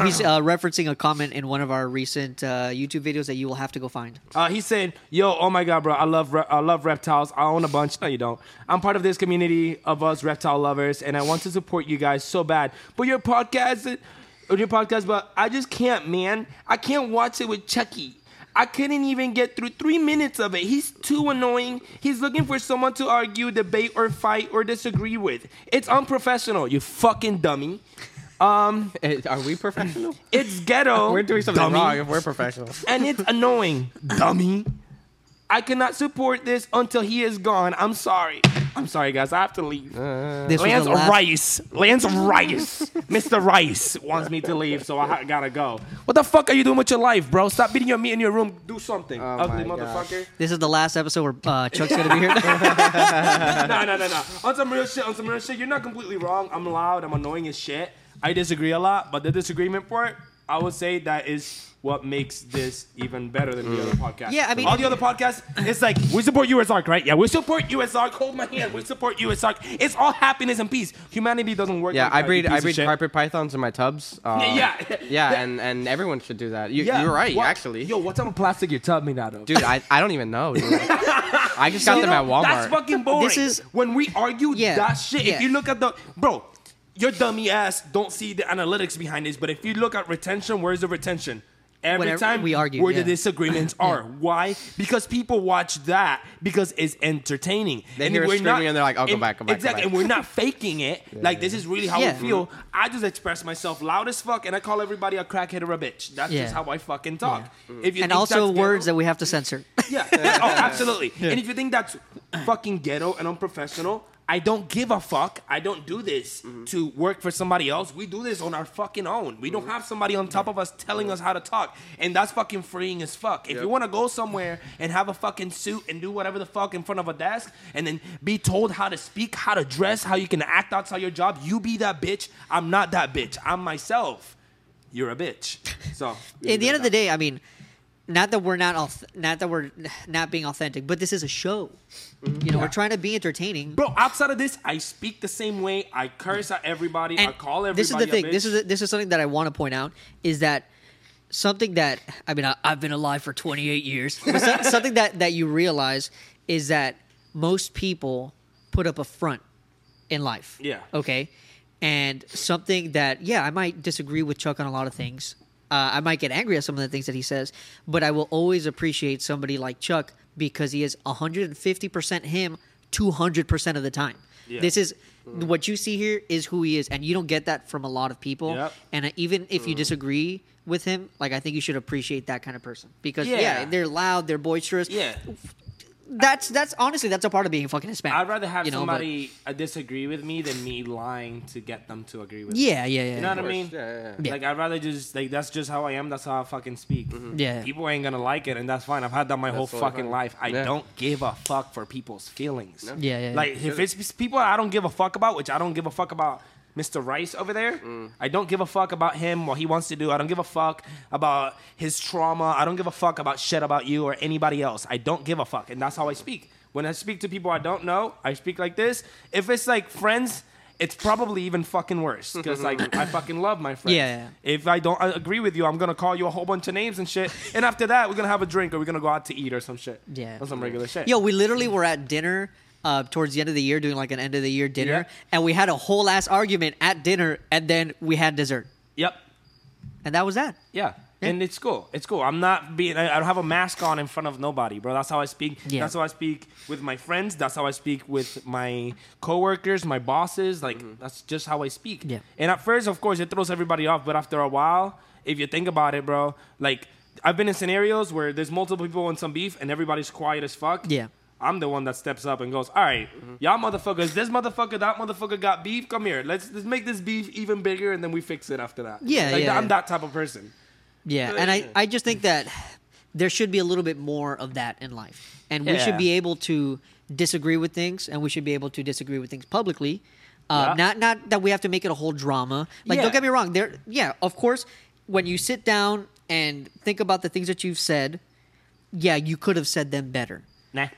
Speaker 2: He's uh, referencing a comment in one of our recent uh, YouTube videos that you will have to go find.
Speaker 3: Uh, he said, "Yo, oh my god, bro, I love re- I love reptiles. I own a bunch. No, you don't. I'm part of this community of us reptile lovers, and I want to support you guys so bad. But your podcast, or your podcast, but I just can't, man. I can't watch it with Chucky." I couldn't even get through three minutes of it. He's too annoying. He's looking for someone to argue, debate, or fight, or disagree with. It's unprofessional, you fucking dummy. Um,
Speaker 1: Eh, Are we professional?
Speaker 3: it's ghetto.
Speaker 1: [LAUGHS] we're doing something
Speaker 3: dummy
Speaker 1: wrong if
Speaker 3: [LAUGHS]
Speaker 1: we're professional.
Speaker 3: and it's annoying, dummy. I cannot support this until he is gone. I'm sorry. I'm sorry, guys. I have to leave.
Speaker 1: Uh,
Speaker 2: This was
Speaker 3: Lance
Speaker 2: the last-
Speaker 3: Rice, Lance Rice, [LAUGHS] Mr. Rice wants me to leave, so I ha- gotta go. What the fuck are you doing with your life, bro? Stop beating your meat in your room. Do something, ugly
Speaker 1: Oh my gosh.
Speaker 3: motherfucker.
Speaker 2: This is the last episode where uh, Chuck's gonna
Speaker 1: [LAUGHS]
Speaker 2: be
Speaker 3: [LAUGHS]
Speaker 2: here.
Speaker 3: no, no, no, no. On some real shit, on some real shit, you're not completely wrong. I'm loud. I'm annoying as shit. I disagree a lot, but the disagreement part, I would say that is what makes this even better than the other podcast.
Speaker 2: Yeah, I mean-
Speaker 3: all the other podcasts, it's like we support US ARC, right? Yeah, we support US ARC. Hold my hand. We support US ARC. It's all happiness and peace. Humanity doesn't work.
Speaker 1: Yeah,
Speaker 3: like
Speaker 1: I
Speaker 3: that,
Speaker 1: breed
Speaker 3: you
Speaker 1: I
Speaker 3: piece of
Speaker 1: breed
Speaker 3: shit.
Speaker 1: carpet pythons in my tubs.
Speaker 3: [LAUGHS]
Speaker 1: Uh,
Speaker 3: Yeah, yeah.
Speaker 1: yeah, and and everyone should do that. You,
Speaker 3: Yeah,
Speaker 1: [LAUGHS] You're right,
Speaker 3: what-
Speaker 1: actually.
Speaker 3: Yo, what type of plastic your tub made out of?
Speaker 1: Dude, I, I don't even
Speaker 3: [LAUGHS]
Speaker 1: know. dude. I just got
Speaker 3: You
Speaker 1: them
Speaker 3: know,
Speaker 1: at Walmart.
Speaker 3: That's fucking boring.
Speaker 1: This is
Speaker 3: when we argue
Speaker 1: Yeah,
Speaker 3: that shit.
Speaker 1: yeah.
Speaker 3: If you look at the bro, your dummy ass don't see the analytics behind this. But if you look at retention, where's the retention? Every
Speaker 2: Whenever
Speaker 3: time
Speaker 2: we argue,
Speaker 3: where
Speaker 2: [LAUGHS] yeah.
Speaker 3: the disagreements are. Why? Because people watch that because it's entertaining.
Speaker 1: They hear us
Speaker 3: we're
Speaker 1: screaming and they're like, "Oh, go back, go back, go
Speaker 3: Exactly,
Speaker 1: back."
Speaker 3: and we're not faking
Speaker 1: [LAUGHS]
Speaker 3: it. Like this is really how
Speaker 1: Yeah.
Speaker 3: we feel. I just express myself loud as fuck, and I call everybody a crackhead or a bitch. That's
Speaker 2: Yeah.
Speaker 3: just how I fucking talk.
Speaker 2: and
Speaker 3: think
Speaker 2: also
Speaker 3: that's ghetto-
Speaker 2: words that we have to censor.
Speaker 3: [LAUGHS] yeah. oh, absolutely. And if you think that's fucking ghetto and unprofessional, I don't give a fuck. I don't do this to work for somebody else. We do this on our fucking own. We don't have somebody on top of us telling us how to talk. And that's fucking freeing as fuck. If you want to go somewhere and have a fucking suit and do whatever the fuck in front of a desk and then be told how to speak, how to dress, how you can act outside your job, you be that bitch. I'm not that bitch. I'm myself. You're a bitch. So
Speaker 2: At the end of the day, I mean, not that we're not auth- not that we're not being authentic, but this is a show.
Speaker 3: Mm-hmm.
Speaker 2: You know, we're trying to be entertaining.
Speaker 3: Bro, outside of this, I speak the same way. I curse at everybody. I call everybody.
Speaker 2: This is the
Speaker 3: a
Speaker 2: thing. This
Speaker 3: bitch.
Speaker 2: is this is something that I want to point out is that something that I mean I, I've been alive for 28 years. But
Speaker 3: [LAUGHS]
Speaker 2: so- something that that you realize is that most people put up a front in life.
Speaker 3: Yeah.
Speaker 2: Okay. And something that yeah, I might disagree with Chuck on a lot of things. Uh, I might get angry at some of the things that he says, but I will always appreciate somebody like Chuck because he is 150% him 200% of the time.
Speaker 20: Yeah.
Speaker 2: This is
Speaker 3: Mm-hmm.
Speaker 2: what you see here is who he is, and you don't get that from a lot of people.
Speaker 20: Yep.
Speaker 2: And uh, even if
Speaker 3: Mm-hmm.
Speaker 2: you disagree with him, like I think you should appreciate that kind of person because yeah,
Speaker 3: Yeah.
Speaker 2: they're loud, they're boisterous.
Speaker 3: Yeah.
Speaker 2: That's that's honestly that's a part of being fucking Hispanic.
Speaker 3: I'd rather have
Speaker 2: you know, but-
Speaker 3: somebody uh disagree with me than me lying to get them to agree with
Speaker 2: Yeah,
Speaker 3: me.
Speaker 2: yeah, yeah,
Speaker 3: You know
Speaker 2: yeah.
Speaker 3: what I
Speaker 2: Of
Speaker 3: mean?
Speaker 2: course. Yeah, yeah, yeah.
Speaker 3: Like I'd rather just like that's just how I am. That's how I fucking speak.
Speaker 2: Yeah.
Speaker 3: People ain't gonna like it, and that's fine. I've had that my whole
Speaker 2: Mm-hmm. That's totally
Speaker 3: fucking
Speaker 2: fine.
Speaker 3: life. I
Speaker 2: Yeah.
Speaker 3: don't give a fuck for people's feelings.
Speaker 2: No. Yeah, yeah, yeah.
Speaker 3: Like if it's people I don't give a fuck about, which I don't give a fuck about. Mr. Rice over there, I don't give a fuck about him, what he wants to do. I don't give a fuck about his trauma. I don't give a fuck about shit about you or anybody else. I don't give a fuck. And that's how I speak. When I speak to people I don't know, I speak like this. If it's like friends, it's probably even fucking worse because like I fucking love my friends.
Speaker 2: Yeah, yeah.
Speaker 3: If I don't uh, agree with you, I'm gonna call you a whole bunch of names and shit. And after that, we're gonna have a drink or we're gonna go out to eat or some shit.
Speaker 2: Yeah.
Speaker 3: or some regular shit.
Speaker 2: Yo, we literally were at dinner uh, towards the end of the year, doing like an end of the year dinner, and we had a whole ass argument at dinner, and then we had dessert.
Speaker 3: Yep.
Speaker 2: And that was that.
Speaker 3: Yeah. And it's cool. It's cool. I'm not being. I I don't have a mask on in front of nobody, bro. That's how I speak.
Speaker 2: Yeah.
Speaker 3: That's how I speak with my friends. That's how I speak with my coworkers, my bosses. Like that's just how I speak.
Speaker 2: Mm-hmm. Yeah.
Speaker 3: And at first, of course, it throws everybody off. But after a while, if you think about it, bro, like I've been in scenarios where there's multiple people on some beef and everybody's quiet as fuck.
Speaker 2: Yeah. Mm-hmm.
Speaker 3: I'm the one that steps up and goes, all right, y'all motherfuckers, this motherfucker, that motherfucker got beef. Come here, let's let's make this beef even bigger, and then we fix it after that.
Speaker 2: Yeah,
Speaker 3: like,
Speaker 2: yeah,
Speaker 3: I'm
Speaker 2: yeah.
Speaker 3: that type of person.
Speaker 2: Yeah,
Speaker 3: Yeah,
Speaker 2: and
Speaker 3: yeah.
Speaker 2: I, I just think that there should be a little bit more of that in life. And we
Speaker 3: Yeah.
Speaker 2: should be able to disagree with things and we should be able to disagree with things publicly.
Speaker 20: Yeah.
Speaker 2: Uh, Not not that we have to make it a whole drama. Like
Speaker 20: Yeah.
Speaker 2: don't get me wrong, there yeah, of course, when you sit down and think about the things that you've said, yeah, you could have said them better.
Speaker 3: Nah.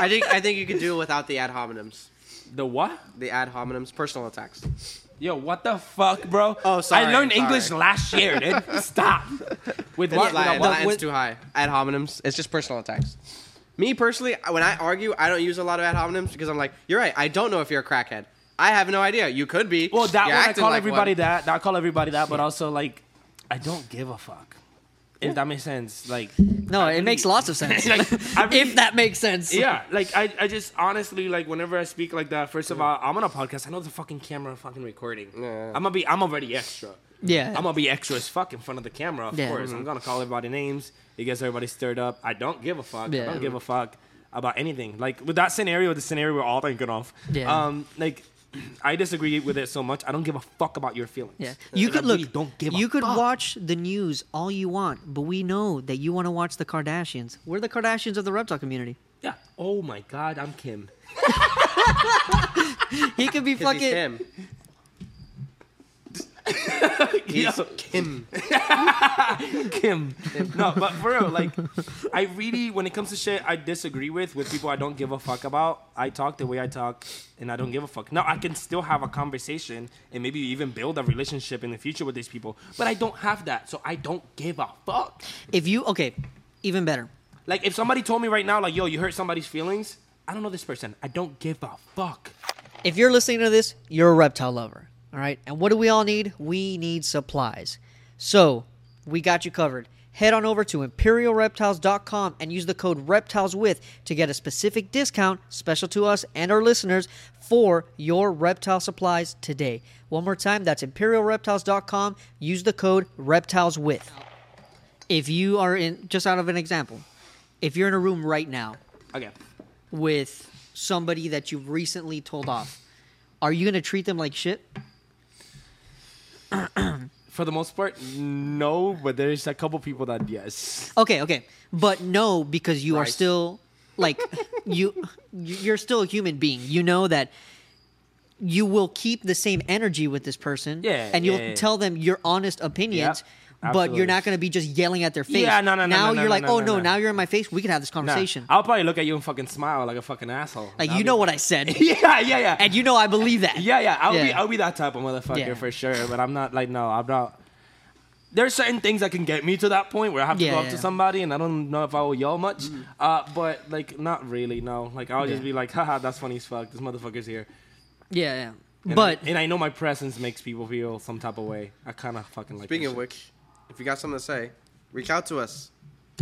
Speaker 1: I think I think you could do it without the ad hominems.
Speaker 3: The what?
Speaker 1: The ad hominems, personal attacks.
Speaker 3: Yo, what the fuck, bro?
Speaker 1: Oh, sorry.
Speaker 3: I learned
Speaker 1: sorry.
Speaker 3: English last year,
Speaker 1: [LAUGHS]
Speaker 3: dude. Stop. With
Speaker 1: The
Speaker 3: what?
Speaker 1: li-
Speaker 3: With what?
Speaker 1: the line's too high. Ad hominems. It's just personal attacks. Me personally, I- when I argue, I don't use a lot of ad hominems because I'm like, you're right. I don't know if you're a crackhead. I have no idea. You could be.
Speaker 3: Well, that
Speaker 1: You're
Speaker 3: one I
Speaker 1: acting
Speaker 3: call
Speaker 1: like
Speaker 3: everybody
Speaker 1: one.
Speaker 3: that. that. I call everybody that, but also like, I don't give a fuck. If that makes sense,
Speaker 1: [LAUGHS]
Speaker 3: like.
Speaker 2: No, it makes lots
Speaker 3: [LAUGHS]
Speaker 2: of sense. if that makes sense.
Speaker 3: Yeah, like I, I just honestly like whenever I speak like that, first of all, I'm on a podcast. I know the fucking camera fucking recording. I'm gonna be I'm already extra.
Speaker 2: Yeah.
Speaker 3: I'm gonna be extra as fuck in front of the camera, of
Speaker 2: Yeah.
Speaker 3: course. I'm
Speaker 2: Mhm.
Speaker 3: gonna call everybody names. It gets everybody stirred up. I don't give a fuck. I
Speaker 2: Yeah.
Speaker 3: don't give a fuck about anything. Like with that scenario, the scenario we're all thinking of.
Speaker 2: Yeah.
Speaker 3: Um, like [CLEARS THROAT] I disagree with it so much. I don't give a fuck about your feelings.
Speaker 2: Yeah. You
Speaker 3: And
Speaker 2: could
Speaker 3: I
Speaker 2: look
Speaker 3: really don't give
Speaker 2: You
Speaker 3: a
Speaker 2: could
Speaker 3: fuck.
Speaker 2: watch the news all you want, but we know that you want to watch the Kardashians. We're the Kardashians of the reptile community.
Speaker 3: Yeah. Oh my god, I'm Kim.
Speaker 2: He could
Speaker 3: [LAUGHS]
Speaker 2: be
Speaker 1: 'Cause he's
Speaker 2: fucking
Speaker 1: him. He's Kim.
Speaker 3: Kim. No, but for real, like, I really, when it comes to shit, I disagree with with people I don't give a fuck about. I talk the way I talk, and I don't give a fuck. Now I can still have a conversation and maybe even build a relationship in the future with these people, but I don't have that, so I don't give a fuck.
Speaker 2: If you okay, even better.
Speaker 3: Like, if somebody told me right now, like, yo, you hurt somebody's feelings. I don't know this person. I don't give a fuck.
Speaker 2: If you're listening to this, you're a reptile lover. All right. And what do we all need? We need supplies. So we got you covered. Head on over to imperialreptiles.com and use the code reptiles with to get a specific discount special to us and our listeners for your reptile supplies today. One more time, that's imperialreptiles.com. Use the code reptiles with. If you are in, just out of an example, if you're in a room right now
Speaker 3: Okay.
Speaker 2: with somebody that you've recently told off, are you going to treat them like shit?
Speaker 3: For the most part, no, but there's a couple people that yes.
Speaker 2: Okay, okay, but no, because you are
Speaker 3: Nice.
Speaker 2: still
Speaker 3: [LAUGHS]
Speaker 2: like you, you're still a human being. You know that you will keep the same energy with this person,
Speaker 3: Yeah,
Speaker 2: and you'll
Speaker 3: yeah, yeah.
Speaker 2: tell them your honest opinions. But
Speaker 3: absolutely.
Speaker 2: you're not going to be just yelling at their face.
Speaker 3: Yeah, no, no, no,
Speaker 2: Now
Speaker 3: no, no,
Speaker 2: you're
Speaker 3: no,
Speaker 2: like,
Speaker 3: no,
Speaker 2: oh
Speaker 3: no,
Speaker 2: no,
Speaker 3: no.
Speaker 2: now you're in my face. We can have this conversation.
Speaker 3: Nah, I'll probably look at you and fucking smile like a fucking asshole.
Speaker 2: Like
Speaker 3: I'll
Speaker 2: you
Speaker 3: be-
Speaker 2: know what I said.
Speaker 3: [LAUGHS] yeah, yeah, yeah.
Speaker 2: And you know I believe that.
Speaker 3: Yeah, yeah. I'll be
Speaker 2: Yeah.
Speaker 3: I'll be that type of motherfucker
Speaker 2: Yeah.
Speaker 3: for sure. But I'm not like no, I'm not. There's certain things that can get me to that point where I have to
Speaker 2: Yeah,
Speaker 3: go up
Speaker 2: yeah,
Speaker 3: to
Speaker 2: yeah.
Speaker 3: somebody and I don't know if I will yell much. Uh, but like not really, no. Like I'll just
Speaker 2: Yeah.
Speaker 3: be like, haha, that's funny as fuck. This motherfucker's here.
Speaker 2: Yeah, yeah.
Speaker 3: And
Speaker 2: but
Speaker 3: I, and I know my presence makes people feel some type of way. I kind of fucking like.
Speaker 1: Speaking
Speaker 3: that
Speaker 1: of
Speaker 3: shit.
Speaker 1: which, if you got something to say, reach out to us.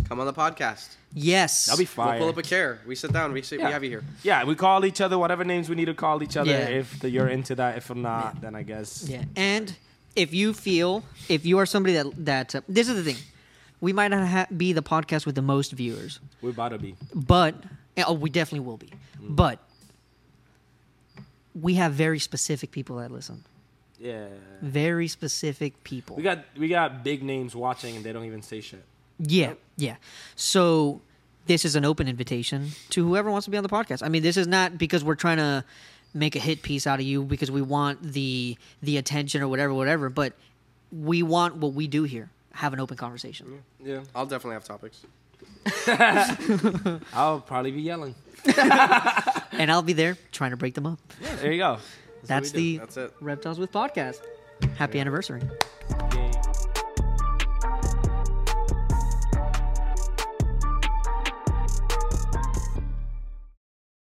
Speaker 1: Come on the podcast.
Speaker 2: yes,
Speaker 3: that'll be fire.
Speaker 1: We'll pull up a chair. We sit down. We sit,
Speaker 3: Yeah.
Speaker 1: we have you here.
Speaker 3: Yeah, we call each other whatever names we need to call each other.
Speaker 2: Yeah.
Speaker 3: If the, you're into that, if I'm not, then I guess.
Speaker 2: Yeah, and if you feel if you are somebody that that uh, this is the thing, we might not ha- be the podcast with the most viewers,
Speaker 3: We're about to be.
Speaker 2: but oh, we definitely will be. But we have very specific people that listen.
Speaker 3: Yeah.
Speaker 2: Very specific people.
Speaker 3: We got we got big names watching and they don't even say shit.
Speaker 2: Yeah, yeah. So this is an open invitation to whoever wants to be on the podcast. I mean, this is not because we're trying to make a hit piece out of you because we want the the attention or whatever, whatever. But we want what we do here: have an open conversation.
Speaker 1: Yeah. I'll definitely have topics.
Speaker 3: I'll probably be yelling.
Speaker 2: and I'll be there trying to break them up.
Speaker 3: There you go.
Speaker 2: That's,
Speaker 1: what we
Speaker 2: the
Speaker 1: do. That's it.
Speaker 2: Reptiles with podcast. Happy anniversary.